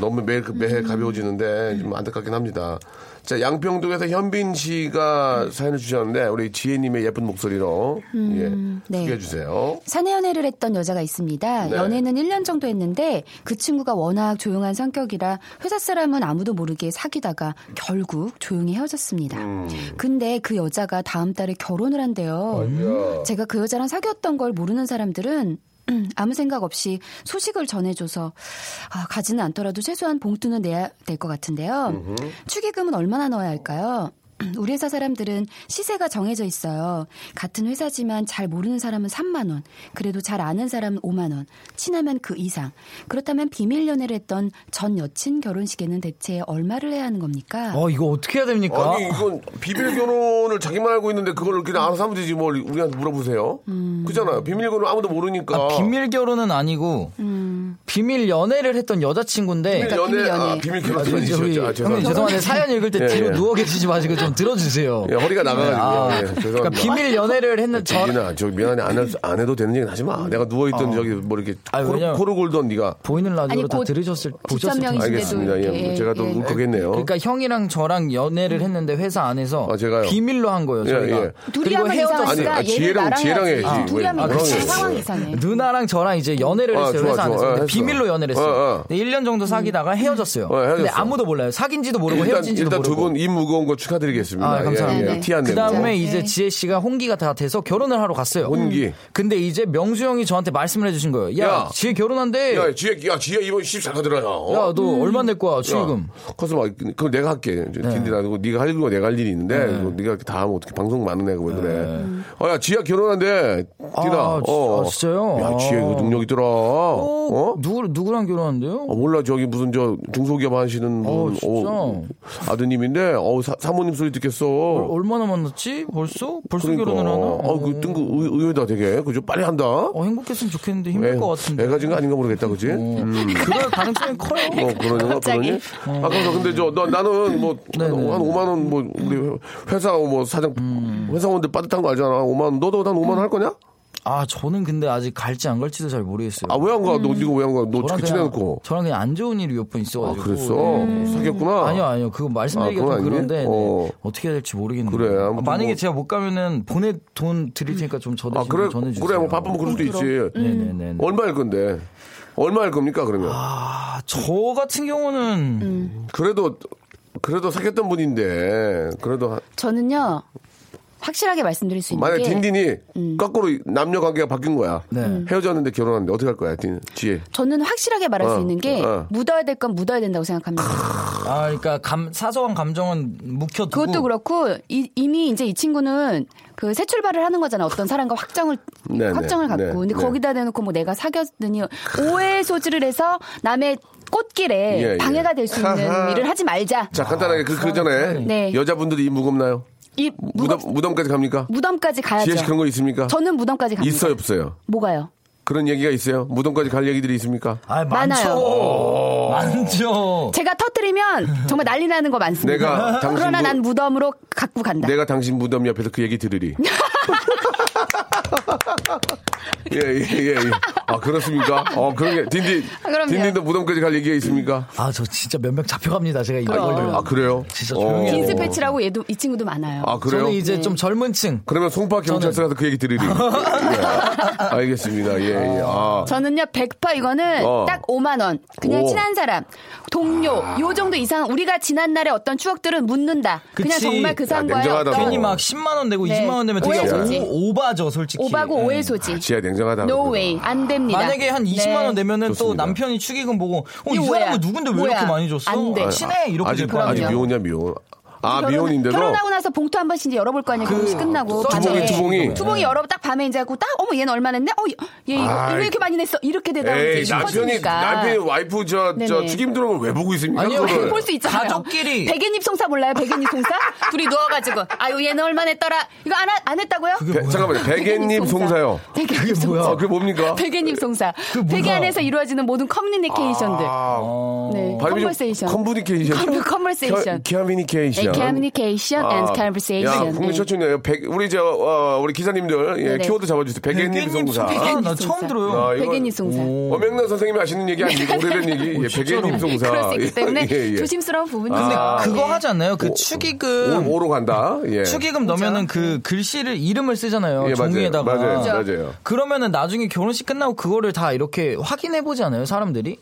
[SPEAKER 1] 너무 매일 그- 매해 가벼워지는데 좀 안타깝긴 합니다. 자 양평동에서 현빈 씨가 사연을 주셨는데 우리 지혜님의 예쁜 목소리로 예
[SPEAKER 6] 네.
[SPEAKER 1] 소개해 주세요.
[SPEAKER 6] 사내 연애를 했던 여자가 있습니다.
[SPEAKER 1] 네.
[SPEAKER 6] 연애는 1년 정도 했는데 그 친구가 워낙 조용한 성격이라 회사 사람은 아무도 모르게 사귀다가 결국 조용히 헤어졌습니다. 근데 그 여자가 다음 달에 결혼을 한대요. 제가 그 여자랑 사귀었던 걸 모르는 사람들은 아무 생각 없이 소식을 전해줘서 아, 가지는 않더라도 최소한 봉투는 내야 될 것 같은데요. 축의금은 얼마나 넣어야 할까요? 우리 회사 사람들은 시세가 정해져 있어요. 같은 회사지만 잘 모르는 사람은 3만 원, 그래도 잘 아는 사람은 5만 원, 친하면 그 이상. 그렇다면 비밀 연애를 했던 전 여친 결혼식에는 대체 얼마를 해야 하는 겁니까?
[SPEAKER 4] 어 이거 어떻게 해야 됩니까?
[SPEAKER 1] 아니 이건 비밀 결혼을 자기만 알고 있는데 그걸 그냥 알아서 하면 되지 뭘 우리한테 물어보세요. 그잖아요. 비밀 결혼 아무도 모르니까.
[SPEAKER 4] 음. 아, 비밀 결혼은 아니고 비밀 연애를 했던
[SPEAKER 1] 비밀
[SPEAKER 4] 여자친구인데
[SPEAKER 6] 그러니까
[SPEAKER 1] 연애
[SPEAKER 6] 비밀
[SPEAKER 1] 아,
[SPEAKER 6] 연애.
[SPEAKER 1] 비밀
[SPEAKER 4] 아,
[SPEAKER 1] 결혼
[SPEAKER 4] 저기, 저기,
[SPEAKER 1] 아니죠. 아,
[SPEAKER 4] 형님
[SPEAKER 1] 죄송합니다.
[SPEAKER 4] 죄송한데 사연 읽을 때
[SPEAKER 1] 예,
[SPEAKER 4] 뒤로
[SPEAKER 1] 예.
[SPEAKER 4] 누워 계시지 마시고 좀 들어주세요.
[SPEAKER 1] 예, 허리가 나가가지고요.
[SPEAKER 4] 아.
[SPEAKER 1] 예, 죄송합니다. 네,
[SPEAKER 4] 그러니까 비밀 연애를 했는 저
[SPEAKER 1] 민아, 저 미안해 안, 할 수- 안 해도 되는 얘기 하지 마. 내가 누워 있던 저기 뭐 이렇게
[SPEAKER 4] 아,
[SPEAKER 1] 코르,
[SPEAKER 4] 왜냐면-
[SPEAKER 1] 코르 골던 네가
[SPEAKER 4] 보이는 라디오로
[SPEAKER 6] 아니,
[SPEAKER 4] 다
[SPEAKER 6] 곧
[SPEAKER 4] 들으셨을 보셨을 텐데.
[SPEAKER 6] 직전명이신데도
[SPEAKER 1] 알겠습니다. 예,
[SPEAKER 6] 이렇게,
[SPEAKER 1] 제가 또
[SPEAKER 6] 예.
[SPEAKER 1] 울컥했네요.
[SPEAKER 4] 그러니까 형이랑 저랑 연애를 했는데 회사 안에서
[SPEAKER 1] 아, 제가요?
[SPEAKER 4] 비밀로 한 거예요. 저희가.
[SPEAKER 1] 예, 예.
[SPEAKER 6] 음. 둘이 하면
[SPEAKER 1] 아니,
[SPEAKER 6] 이상하니까
[SPEAKER 1] 아,
[SPEAKER 6] 얘를
[SPEAKER 1] 지혜랑-
[SPEAKER 6] 나랑
[SPEAKER 1] 지혜랑
[SPEAKER 6] 해야지.
[SPEAKER 1] 해야지.
[SPEAKER 6] 둘이
[SPEAKER 1] 왜
[SPEAKER 6] 하면
[SPEAKER 1] 나랑
[SPEAKER 6] 그
[SPEAKER 1] 해야지.
[SPEAKER 6] 상황 이상해.
[SPEAKER 4] 누나랑 저랑 이제 연애를
[SPEAKER 1] 아,
[SPEAKER 4] 했어요
[SPEAKER 1] 좋아,
[SPEAKER 4] 회사
[SPEAKER 1] 좋아.
[SPEAKER 4] 안에서
[SPEAKER 1] 예,
[SPEAKER 4] 근데
[SPEAKER 1] 했어.
[SPEAKER 4] 비밀로 연애를 했어요.
[SPEAKER 1] 어, 어.
[SPEAKER 4] 근데 1년
[SPEAKER 6] 음.
[SPEAKER 4] 정도 사귀다가 헤어졌어요.
[SPEAKER 1] 어, 헤어졌어.
[SPEAKER 4] 근데 아무도 몰라요. 사귄지도 모르고
[SPEAKER 1] 일단
[SPEAKER 4] 헤어진지도
[SPEAKER 1] 일단 두
[SPEAKER 4] 모르고.
[SPEAKER 1] 분 입 무거운 거 축하드리겠습니다.
[SPEAKER 4] 아, 감사합니다.
[SPEAKER 1] 예, 예, 티안
[SPEAKER 4] 그
[SPEAKER 1] 내고.
[SPEAKER 4] 다음에 이제
[SPEAKER 6] 네.
[SPEAKER 4] 지혜 씨가 홍기가 다 돼서 결혼을 하러 갔어요.
[SPEAKER 1] 혼기.
[SPEAKER 4] 근데 이제 명수 형이 저한테 말씀을 해주신 거예요. 야,
[SPEAKER 1] 야.
[SPEAKER 4] 지혜 결혼한대. 야,
[SPEAKER 1] 야, 지혜, 야, 지혜 이번 시집 잘 가더라. 야, 어?
[SPEAKER 4] 너
[SPEAKER 6] 음.
[SPEAKER 4] 얼마 낼 거야, 지금?
[SPEAKER 1] 커서 막 그럼 내가 할게. 딘딘하고 네가 할 일이고 내가 할 일이 있는데 뭐 네가 이렇게 다 하면 어떻게 방송 많은 애가 왜 그래? 아, 어야 지혜 결혼한대. 디나.
[SPEAKER 4] 네. 아, 지-
[SPEAKER 1] 어.
[SPEAKER 4] 아, 진짜요?
[SPEAKER 1] 야 지혜 그 능력 있더라. 어?
[SPEAKER 4] 누구, 누구랑 결혼한대요?
[SPEAKER 1] 어, 몰라 저기 무슨 저 중소기업 하시는 분
[SPEAKER 4] 어, 진짜?
[SPEAKER 1] 어, 아드님인데 어 사, 사모님 소리 듣겠어.
[SPEAKER 4] 얼- 얼마나 만났지? 벌써? 벌써
[SPEAKER 1] 그러니까.
[SPEAKER 4] 결혼을 하나?
[SPEAKER 1] 어, 그 뜬금 의- 의외다 되게. 그죠? 빨리 한다.
[SPEAKER 4] 어, 행복했으면 좋겠는데 힘들
[SPEAKER 1] 애-
[SPEAKER 4] 것 같은데. 어.
[SPEAKER 1] 애가 진거 아닌가 모르겠다, 그지? 음.
[SPEAKER 4] 그럴 가능성이 커요.
[SPEAKER 1] 어, 그러냐, 그러니?
[SPEAKER 4] 어.
[SPEAKER 1] 아, 그래서 근데 저, 나, 나는 뭐,
[SPEAKER 4] 네,
[SPEAKER 1] 한 5만원, 뭐, 우리 회사, 뭐, 사장,
[SPEAKER 4] 음.
[SPEAKER 1] 회사원들 빠듯한 거 알잖아. 5만원. 너도 난 5만원 할 거냐?
[SPEAKER 4] 아, 저는 근데 아직 갈지 안 갈지도 잘 모르겠어요.
[SPEAKER 1] 아, 왜 안 가? 너, 니가 왜 안 가? 너
[SPEAKER 4] 음. 저랑
[SPEAKER 1] 그렇게
[SPEAKER 4] 그냥,
[SPEAKER 1] 친해놓고.
[SPEAKER 4] 저랑 그냥 안 좋은 일이 몇 번 있어가지고.
[SPEAKER 1] 아, 그랬어?
[SPEAKER 4] 네.
[SPEAKER 1] 사귀었구나?
[SPEAKER 4] 아니요, 아니요. 그거 말씀드리기가
[SPEAKER 1] 아, 그건
[SPEAKER 4] 좀
[SPEAKER 1] 아니니?
[SPEAKER 4] 그런데 네.
[SPEAKER 1] 어.
[SPEAKER 4] 어. 떻게 해야 될지 모르겠네요.
[SPEAKER 1] 그래, 아무튼
[SPEAKER 4] 아, 만약에
[SPEAKER 1] 뭐-
[SPEAKER 4] 제가 못 가면은 보내 돈 드릴 테니까 좀 저도
[SPEAKER 1] 아, 그래.
[SPEAKER 4] 전해주세요. 어,
[SPEAKER 1] 그래, 뭐, 바쁘면 그럴 수도 있지.
[SPEAKER 6] 음.
[SPEAKER 4] 네네네.
[SPEAKER 1] 얼마일 건데? 얼마일 겁니까, 그러면?
[SPEAKER 4] 아, 저 같은 경우는
[SPEAKER 6] 음.
[SPEAKER 1] 그래도, 그래도 사귀었던 분인데, 그래도, 한-
[SPEAKER 6] 저는요 확실하게 말씀드릴 수 있는
[SPEAKER 1] 만약에
[SPEAKER 6] 게
[SPEAKER 1] 딘딘이
[SPEAKER 4] 음.
[SPEAKER 1] 거꾸로 남녀 관계가 바뀐 거야.
[SPEAKER 4] 네.
[SPEAKER 1] 헤어졌는데 결혼하는데 어떻게 할 거야, 딘, 지혜?
[SPEAKER 6] 저는 확실하게 말할
[SPEAKER 1] 어,
[SPEAKER 6] 수 있는 게
[SPEAKER 1] 어.
[SPEAKER 6] 묻어야 될 건 묻어야 된다고 생각합니다.
[SPEAKER 4] 아, 그러니까 감, 사소한 감정은 묵혀두고
[SPEAKER 6] 그것도 그렇고 이, 이미 이제 이 친구는 그 새 출발을 하는 거잖아. 어떤 사람과 확정을
[SPEAKER 1] 네, 네,
[SPEAKER 6] 확정을 갖고.
[SPEAKER 1] 네,
[SPEAKER 6] 근데
[SPEAKER 1] 네.
[SPEAKER 6] 거기다 대놓고 뭐 내가 사귀었느니 오해 소지를 해서 남의 꽃길에
[SPEAKER 1] 예, 예.
[SPEAKER 6] 방해가 될 수
[SPEAKER 1] 하하.
[SPEAKER 6] 있는 일을 하지 말자.
[SPEAKER 1] 자, 간단하게 그, 그 전에
[SPEAKER 6] 네.
[SPEAKER 1] 여자분들이 입 무겁나요?
[SPEAKER 6] 이
[SPEAKER 1] 무덤,
[SPEAKER 6] 무덤
[SPEAKER 1] 무덤까지 갑니까?
[SPEAKER 6] 무덤까지 가야죠.
[SPEAKER 1] 지혜 씨 그런 거 있습니까?
[SPEAKER 6] 저는 무덤까지 갑니다.
[SPEAKER 1] 있어요, 없어요?
[SPEAKER 6] 뭐가요?
[SPEAKER 1] 그런 얘기가 있어요? 무덤까지 갈 얘기들이 있습니까?
[SPEAKER 4] 아,
[SPEAKER 6] 많아요.
[SPEAKER 4] 많죠. 많죠.
[SPEAKER 6] 제가 터뜨리면 정말 난리 나는 거 많습니다.
[SPEAKER 1] 내가 당신
[SPEAKER 6] 그러나
[SPEAKER 1] 무-
[SPEAKER 6] 난 무덤으로 갖고 간다.
[SPEAKER 1] 내가 당신 무덤 옆에서 그 얘기 들으리. 예, 예, 예, 예. 아, 그렇습니까? 어, 그런 게, 딘딘.
[SPEAKER 6] 아, 그럼요.
[SPEAKER 1] 딘딘도 무덤까지 갈 얘기가 있습니까?
[SPEAKER 4] 아, 저 진짜 몇 명 잡혀갑니다. 제가 이거.
[SPEAKER 1] 아, 그래요? 어.
[SPEAKER 4] 진짜 조용히 해야
[SPEAKER 6] 빈스
[SPEAKER 4] 빈스
[SPEAKER 6] 패치라고 얘도 이 친구도 많아요.
[SPEAKER 1] 아, 그래요?
[SPEAKER 4] 저는
[SPEAKER 6] 음.
[SPEAKER 4] 이제 좀 젊은 층.
[SPEAKER 1] 그러면 송파 경찰서 가서 그 얘기 들으리. 예. 알겠습니다. 예, 예. 아.
[SPEAKER 6] 저는요 100% 이거는
[SPEAKER 1] 어.
[SPEAKER 6] 딱 5만 원 그냥
[SPEAKER 1] 오. 아.
[SPEAKER 6] 친한 사람 동료 요 정도 이상 우리가 지난 날의 어떤 추억들은 묻는다 그냥
[SPEAKER 4] 그치.
[SPEAKER 6] 정말 그
[SPEAKER 4] 야,
[SPEAKER 6] 사람과의
[SPEAKER 1] 냉정하다,
[SPEAKER 6] 어떤
[SPEAKER 4] 괜히
[SPEAKER 1] 어.
[SPEAKER 4] 막 10만 원 내고
[SPEAKER 6] 네.
[SPEAKER 4] 20만 원 내면 되게
[SPEAKER 6] 오해
[SPEAKER 1] 소지.
[SPEAKER 4] 오, 바죠 솔직히.
[SPEAKER 6] 오바고
[SPEAKER 4] 예.
[SPEAKER 6] 오해 소지
[SPEAKER 1] 음. 아, 지혜야 냉정하다.
[SPEAKER 6] no
[SPEAKER 1] 그래도.
[SPEAKER 6] way 안 됩니다 네.
[SPEAKER 4] 만약에 한 20만 원 내면은 또
[SPEAKER 1] 좋습니다.
[SPEAKER 4] 남편이 축의금 보고 어,
[SPEAKER 6] 이
[SPEAKER 4] 이
[SPEAKER 6] 뭐야?
[SPEAKER 4] 사람은 누군데 왜
[SPEAKER 6] 뭐야?
[SPEAKER 4] 이렇게 많이 줬어?
[SPEAKER 6] 안 돼.
[SPEAKER 4] 아, 친해 이렇게
[SPEAKER 1] 아직, 뭐,
[SPEAKER 4] 될거
[SPEAKER 1] 아직
[SPEAKER 4] 아니에요.
[SPEAKER 1] 미혼이야 미혼. 아
[SPEAKER 6] 결혼-
[SPEAKER 1] 미혼인데도.
[SPEAKER 6] 결혼하고 나서 봉투 한 번씩 이제 열어볼 거 아니에요 공식 끝나고
[SPEAKER 4] 그 투봉이,
[SPEAKER 6] 밤에.
[SPEAKER 1] 투봉이. 네.
[SPEAKER 6] 투봉이 열어 딱 밤에 이제 하고 딱 어머 얘는 얼마 냈네 어얘 이거
[SPEAKER 1] 아이.
[SPEAKER 6] 왜 이렇게 많이 냈어 이렇게 되다 보니
[SPEAKER 1] 에이
[SPEAKER 6] 이제
[SPEAKER 1] 남편이
[SPEAKER 6] 싶어지니까.
[SPEAKER 1] 남편이 와이프 저 저
[SPEAKER 6] 네네.
[SPEAKER 1] 죽임 들어온 걸왜 보고 있습니까?
[SPEAKER 4] 아니요.
[SPEAKER 1] 그거를?
[SPEAKER 6] 볼 수 있잖아요.
[SPEAKER 4] 가족끼리.
[SPEAKER 6] 백엔잎 송사 몰라요? 백엔잎 송사? 둘이 누워가지고 아유 얘는 얼마 냈더라 이거 안, 하- 안 했다고요?
[SPEAKER 1] 배- 잠깐만요. 백엔잎 송사요.
[SPEAKER 6] 백엔잎
[SPEAKER 4] 그게 뭐야?
[SPEAKER 6] 송사.
[SPEAKER 1] 아 그게 뭡니까?
[SPEAKER 6] 백엔잎 송사.
[SPEAKER 4] 뭐야?
[SPEAKER 6] 백의 안에서 이루어지는 모든 커뮤니케이션들. 네.
[SPEAKER 1] 아, 어. 발음이 좀
[SPEAKER 6] 컨버세이션.
[SPEAKER 1] 컨버니케이션.
[SPEAKER 6] 컨버세이션.
[SPEAKER 1] 커뮤니케이션.
[SPEAKER 6] 커뮤니케이션 네, and conversation.
[SPEAKER 1] 야, 아, 국민 최초네요. 백, 우리 저, 어, 우리 기사님들, 예,
[SPEAKER 6] 네네.
[SPEAKER 1] 키워드 잡아주세요. 백엔님 송사.
[SPEAKER 4] 아, 나
[SPEAKER 6] 백엔잎
[SPEAKER 4] 처음
[SPEAKER 6] 송사.
[SPEAKER 4] 들어요. 네. 어,
[SPEAKER 1] 아, 이거-
[SPEAKER 6] 백엔잎 송사.
[SPEAKER 1] 엄영란 선생님이 하시는 얘기 아니고, 오래된 얘기. 예, 백엔님 송사.
[SPEAKER 6] 그럴 수
[SPEAKER 1] 예,
[SPEAKER 6] 있기 때문에
[SPEAKER 1] 예, 예.
[SPEAKER 6] 조심스러운 부분이
[SPEAKER 4] 근데
[SPEAKER 6] 있어요.
[SPEAKER 4] 그거 하지 않나요? 그
[SPEAKER 1] 오,
[SPEAKER 4] 축의금
[SPEAKER 1] 오로 간다. 예.
[SPEAKER 4] 축의금 넣으면은
[SPEAKER 6] 네.
[SPEAKER 4] 그 글씨를 이름을 쓰잖아요.
[SPEAKER 1] 예, 맞아요.
[SPEAKER 4] 종이에다가.
[SPEAKER 1] 맞아요. 맞아요.
[SPEAKER 4] 그러면은 나중에 결혼식 끝나고 그거를 다 이렇게 확인해 보지 않아요, 사람들이?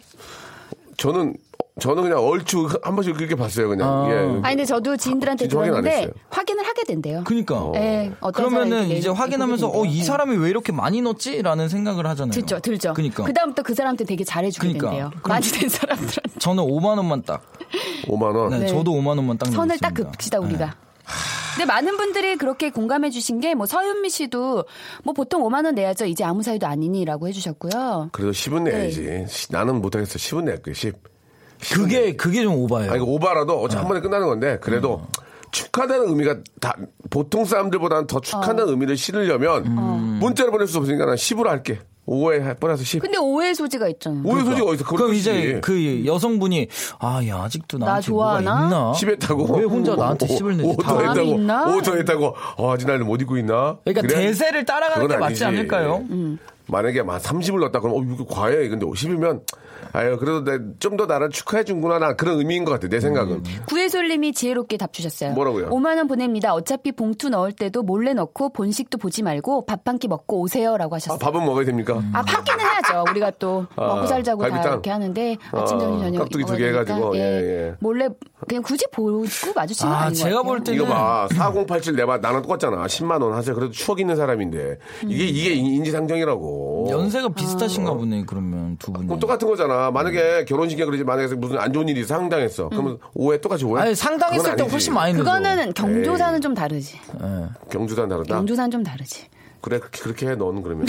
[SPEAKER 1] 저는 저는 그냥 얼추 한 번씩 그렇게 봤어요, 그냥.
[SPEAKER 4] 아.
[SPEAKER 1] 예.
[SPEAKER 6] 아니 근데 저도 지인들한테
[SPEAKER 1] 진짜 확인 안
[SPEAKER 6] 들었는데
[SPEAKER 1] 했어요.
[SPEAKER 6] 확인을 하게 된대요.
[SPEAKER 4] 그니까.
[SPEAKER 6] 예, 어떤
[SPEAKER 4] 그러면은
[SPEAKER 6] 사람이
[SPEAKER 4] 이제 확인하면서
[SPEAKER 6] 보게
[SPEAKER 4] 어 이
[SPEAKER 6] 된대요.
[SPEAKER 4] 사람이 왜 이렇게 많이 넣었지라는 생각을 하잖아요.
[SPEAKER 6] 들죠, 들죠.
[SPEAKER 4] 네. 그니까.
[SPEAKER 6] 다음부터그 사람한테 되게 잘해주게
[SPEAKER 4] 그니까.
[SPEAKER 6] 된대요.
[SPEAKER 4] 그럼-
[SPEAKER 6] 많이 된 사람들한테
[SPEAKER 4] 저는 5만 원만 딱.
[SPEAKER 1] 5만 원.
[SPEAKER 4] 네,
[SPEAKER 6] 네.
[SPEAKER 4] 저도 5만 원만 딱.
[SPEAKER 6] 선을 딱
[SPEAKER 4] 넣었습니다.
[SPEAKER 6] 긋시다 우리가.
[SPEAKER 4] 네.
[SPEAKER 6] 근데 많은 분들이 그렇게 공감해 주신 게 뭐 서윤미 씨도 뭐 보통 5만 원 내야죠. 이제 아무 사이도 아니니라고 해 주셨고요.
[SPEAKER 1] 그래도 10은
[SPEAKER 4] 네.
[SPEAKER 1] 내야지. 시- 나는 못하겠어. 10은 낼게, 10. 10은
[SPEAKER 4] 그게 그게 좀
[SPEAKER 1] 아니,
[SPEAKER 4] 오바예요. 네. 음.
[SPEAKER 1] 이거 오바라도 어차피 한 번에 끝나는 건데, 그래도 축하다는 의미가 다, 보통 사람들보다는 더
[SPEAKER 4] 어.
[SPEAKER 1] 축하다는 의미를 실으려면,
[SPEAKER 4] 음.
[SPEAKER 1] 문자를 보낼 수 없으니까 난 10으로 할게. 5에 플러스 10.
[SPEAKER 6] 근데 오해의 소지가 있잖아요.
[SPEAKER 1] 오해 소지가 어디서
[SPEAKER 4] 그러니까. 그럼
[SPEAKER 1] 그걸
[SPEAKER 4] 이제
[SPEAKER 1] 쓰지.
[SPEAKER 4] 그 여성분이 아, 야 아직도 나한테
[SPEAKER 6] 좋아하나?
[SPEAKER 4] 뭐가 있나?
[SPEAKER 1] 10 했다고?
[SPEAKER 4] 어? 왜 혼자 나한테 10을 내지? 다
[SPEAKER 1] 더
[SPEAKER 6] 마음이
[SPEAKER 1] 했다고?
[SPEAKER 6] 있나?
[SPEAKER 1] 5더 했다고? 어, 아직 날못 잊고 있나?
[SPEAKER 4] 그러니까
[SPEAKER 1] 그래?
[SPEAKER 4] 대세를 따라가는
[SPEAKER 1] 그건
[SPEAKER 4] 게
[SPEAKER 1] 아니지.
[SPEAKER 4] 맞지 않을까요?
[SPEAKER 6] 음.
[SPEAKER 1] 만약에 막 30을 넣었다 그러면 어 이거 과해 근데 50이면 아유 그래도 좀 더 나를 축하해 준구나 나 그런 의미인 것 같아 내 생각은
[SPEAKER 4] 음.
[SPEAKER 6] 구해솔님이 지혜롭게 답 주셨어요.
[SPEAKER 1] 뭐라고요?
[SPEAKER 6] 5만 원 보냅니다. 어차피 봉투 넣을 때도 몰래 넣고 본식도 보지 말고 밥 한 끼 먹고 오세요라고
[SPEAKER 1] 아,
[SPEAKER 6] 하셨어요.
[SPEAKER 1] 밥은 먹어야 됩니까?
[SPEAKER 4] 음.
[SPEAKER 6] 아, 밥 끼는 해야죠. 우리가 또 먹고 살자고 다
[SPEAKER 1] 아, 갈비탕.
[SPEAKER 6] 이렇게 하는데 아침
[SPEAKER 1] 아,
[SPEAKER 6] 점심 저녁
[SPEAKER 1] 깍두기 두개
[SPEAKER 6] 먹어야 되니까.
[SPEAKER 1] 해가지고, 예, 예.
[SPEAKER 6] 몰래 그냥 굳이 보고 마주치는 거
[SPEAKER 4] 아,
[SPEAKER 6] 아닌 것
[SPEAKER 4] 제가
[SPEAKER 6] 같아요.
[SPEAKER 4] 볼 때는
[SPEAKER 1] 이거 봐, 4087 내봐 나랑 똑같잖아. 10만 원 하세요. 그래도 추억 있는 사람인데 이게 이게 인지상정이라고. 아.
[SPEAKER 4] 연세가 비슷하신가 보네 그러면 두 분이.
[SPEAKER 1] 그럼 똑같은 거잖아. 만약에 결혼식에 그러지 만약에 무슨 안 좋은 일이 상당했어. 그러면 오해 똑같이 오해.
[SPEAKER 4] 음. 아니 상당했을 때 훨씬 많이 늘죠.
[SPEAKER 6] 그거는 경조사는
[SPEAKER 1] 예.
[SPEAKER 6] 좀 다르지.
[SPEAKER 1] 아. 경주단 다르다.
[SPEAKER 6] 경조사는 좀 다르지.
[SPEAKER 1] 그래 그렇게, 그렇게 해 너는 그러면.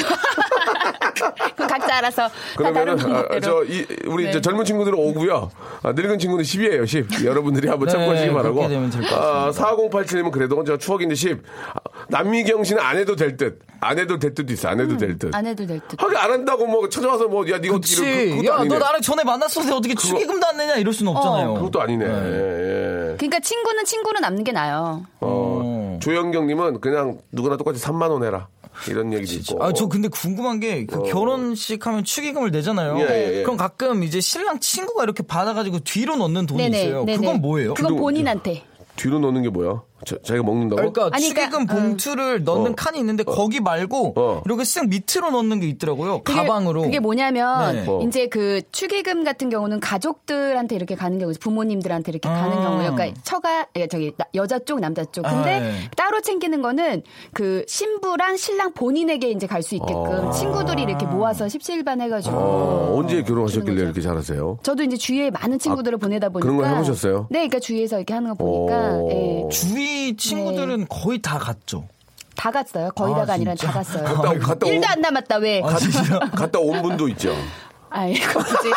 [SPEAKER 6] 그건 각자 알아서 다 다른
[SPEAKER 1] 그러면은 아,
[SPEAKER 6] 방법대로.
[SPEAKER 1] 저 이, 우리
[SPEAKER 6] 네.
[SPEAKER 1] 이제 젊은 친구들은 오고요. 아, 늙은 친구는 10이에요. 10. 여러분들이 한번
[SPEAKER 4] 네,
[SPEAKER 1] 참고하시기 바라고.
[SPEAKER 4] 그렇게 되면 될것
[SPEAKER 1] 아, 4087님은 그래도 저 추억인데 10. 아, 남미경 씨는 안 해도 될 듯. 안 해도 될 때도 있어. 안 해도 될 듯.
[SPEAKER 6] 안 해도 될 듯.
[SPEAKER 1] 하긴 안 한다고 뭐 찾아와서 뭐 야 네가 어떻게 이런-
[SPEAKER 4] 음. 그렇지.
[SPEAKER 1] 그것도
[SPEAKER 4] 야,
[SPEAKER 1] 아니네.
[SPEAKER 4] 너 나랑 전에 만났었는데 어떻게 축의금도 안 내냐 이럴 수는 없잖아요.
[SPEAKER 1] 그것도 아니네. 예, 예.
[SPEAKER 6] 어. 그러니까 친구는 친구로 남는 게 나아요.
[SPEAKER 1] 어,
[SPEAKER 4] 음.
[SPEAKER 1] 조영경님은 그냥 누구나 똑같이 3만 원 해라 이런 얘기도 있고. 어,
[SPEAKER 4] 아, 저 근데 궁금한 게, 그 결혼식 하면 축의금을 내잖아요.
[SPEAKER 1] 예, 예, 예.
[SPEAKER 4] 그럼 가끔 이제 신랑 친구가 이렇게 받아가지고 뒤로 넣는 돈이
[SPEAKER 6] 네네.
[SPEAKER 4] 있어요.
[SPEAKER 6] 네네.
[SPEAKER 4] 그건 뭐예요?
[SPEAKER 6] 그건 본인한테.
[SPEAKER 1] 뒤로 넣는 게 뭐야? 자, 자기가 먹는다고?
[SPEAKER 4] 그러니까
[SPEAKER 6] 아니,
[SPEAKER 4] 축의금
[SPEAKER 6] 그러니까,
[SPEAKER 4] 봉투를 넣는
[SPEAKER 1] 어.
[SPEAKER 4] 칸이 있는데 거기 말고
[SPEAKER 1] 어.
[SPEAKER 4] 이렇게 쓱 밑으로 넣는 게 있더라고요.
[SPEAKER 6] 그게-
[SPEAKER 4] 가방으로.
[SPEAKER 6] 그게 뭐냐면
[SPEAKER 4] 네.
[SPEAKER 1] 어.
[SPEAKER 6] 이제 그 축의금 같은 경우는 가족들한테 이렇게 가는 경우, 부모님들한테 이렇게 가는
[SPEAKER 4] 아.
[SPEAKER 6] 경우예요. 그러니까 처가 예, 저기 나- 여자 쪽, 남자 쪽.
[SPEAKER 4] 아,
[SPEAKER 6] 근데
[SPEAKER 4] 네.
[SPEAKER 6] 따로 챙기는 거는 그 신부랑 신랑 본인에게 이제 갈 수 있게끔 친구들이 이렇게 모아서 십시일반 해가지고.
[SPEAKER 1] 어,
[SPEAKER 4] 아,
[SPEAKER 1] 언제 결혼하셨길래 이렇게 잘하세요?
[SPEAKER 6] 저도 이제 주위에 많은 친구들을 보내다 보니까
[SPEAKER 1] 그런 거 해보셨어요?
[SPEAKER 6] 네, 그러니까 주위에서 이렇게 하는 거 보니까
[SPEAKER 1] 오.
[SPEAKER 6] 예, 네,
[SPEAKER 4] 주위 친구들은 거의 다 갔죠.
[SPEAKER 6] 다 갔어요. 거의
[SPEAKER 4] 아,
[SPEAKER 6] 다가 아니라
[SPEAKER 4] 진짜?
[SPEAKER 6] 다 갔어요.
[SPEAKER 1] 갔다 오- 갔다 오-
[SPEAKER 6] 일도 안 남았다 왜?
[SPEAKER 4] 아, 진짜.
[SPEAKER 1] 갔다 온 분도 있죠.
[SPEAKER 6] 아이고, 예, 그지.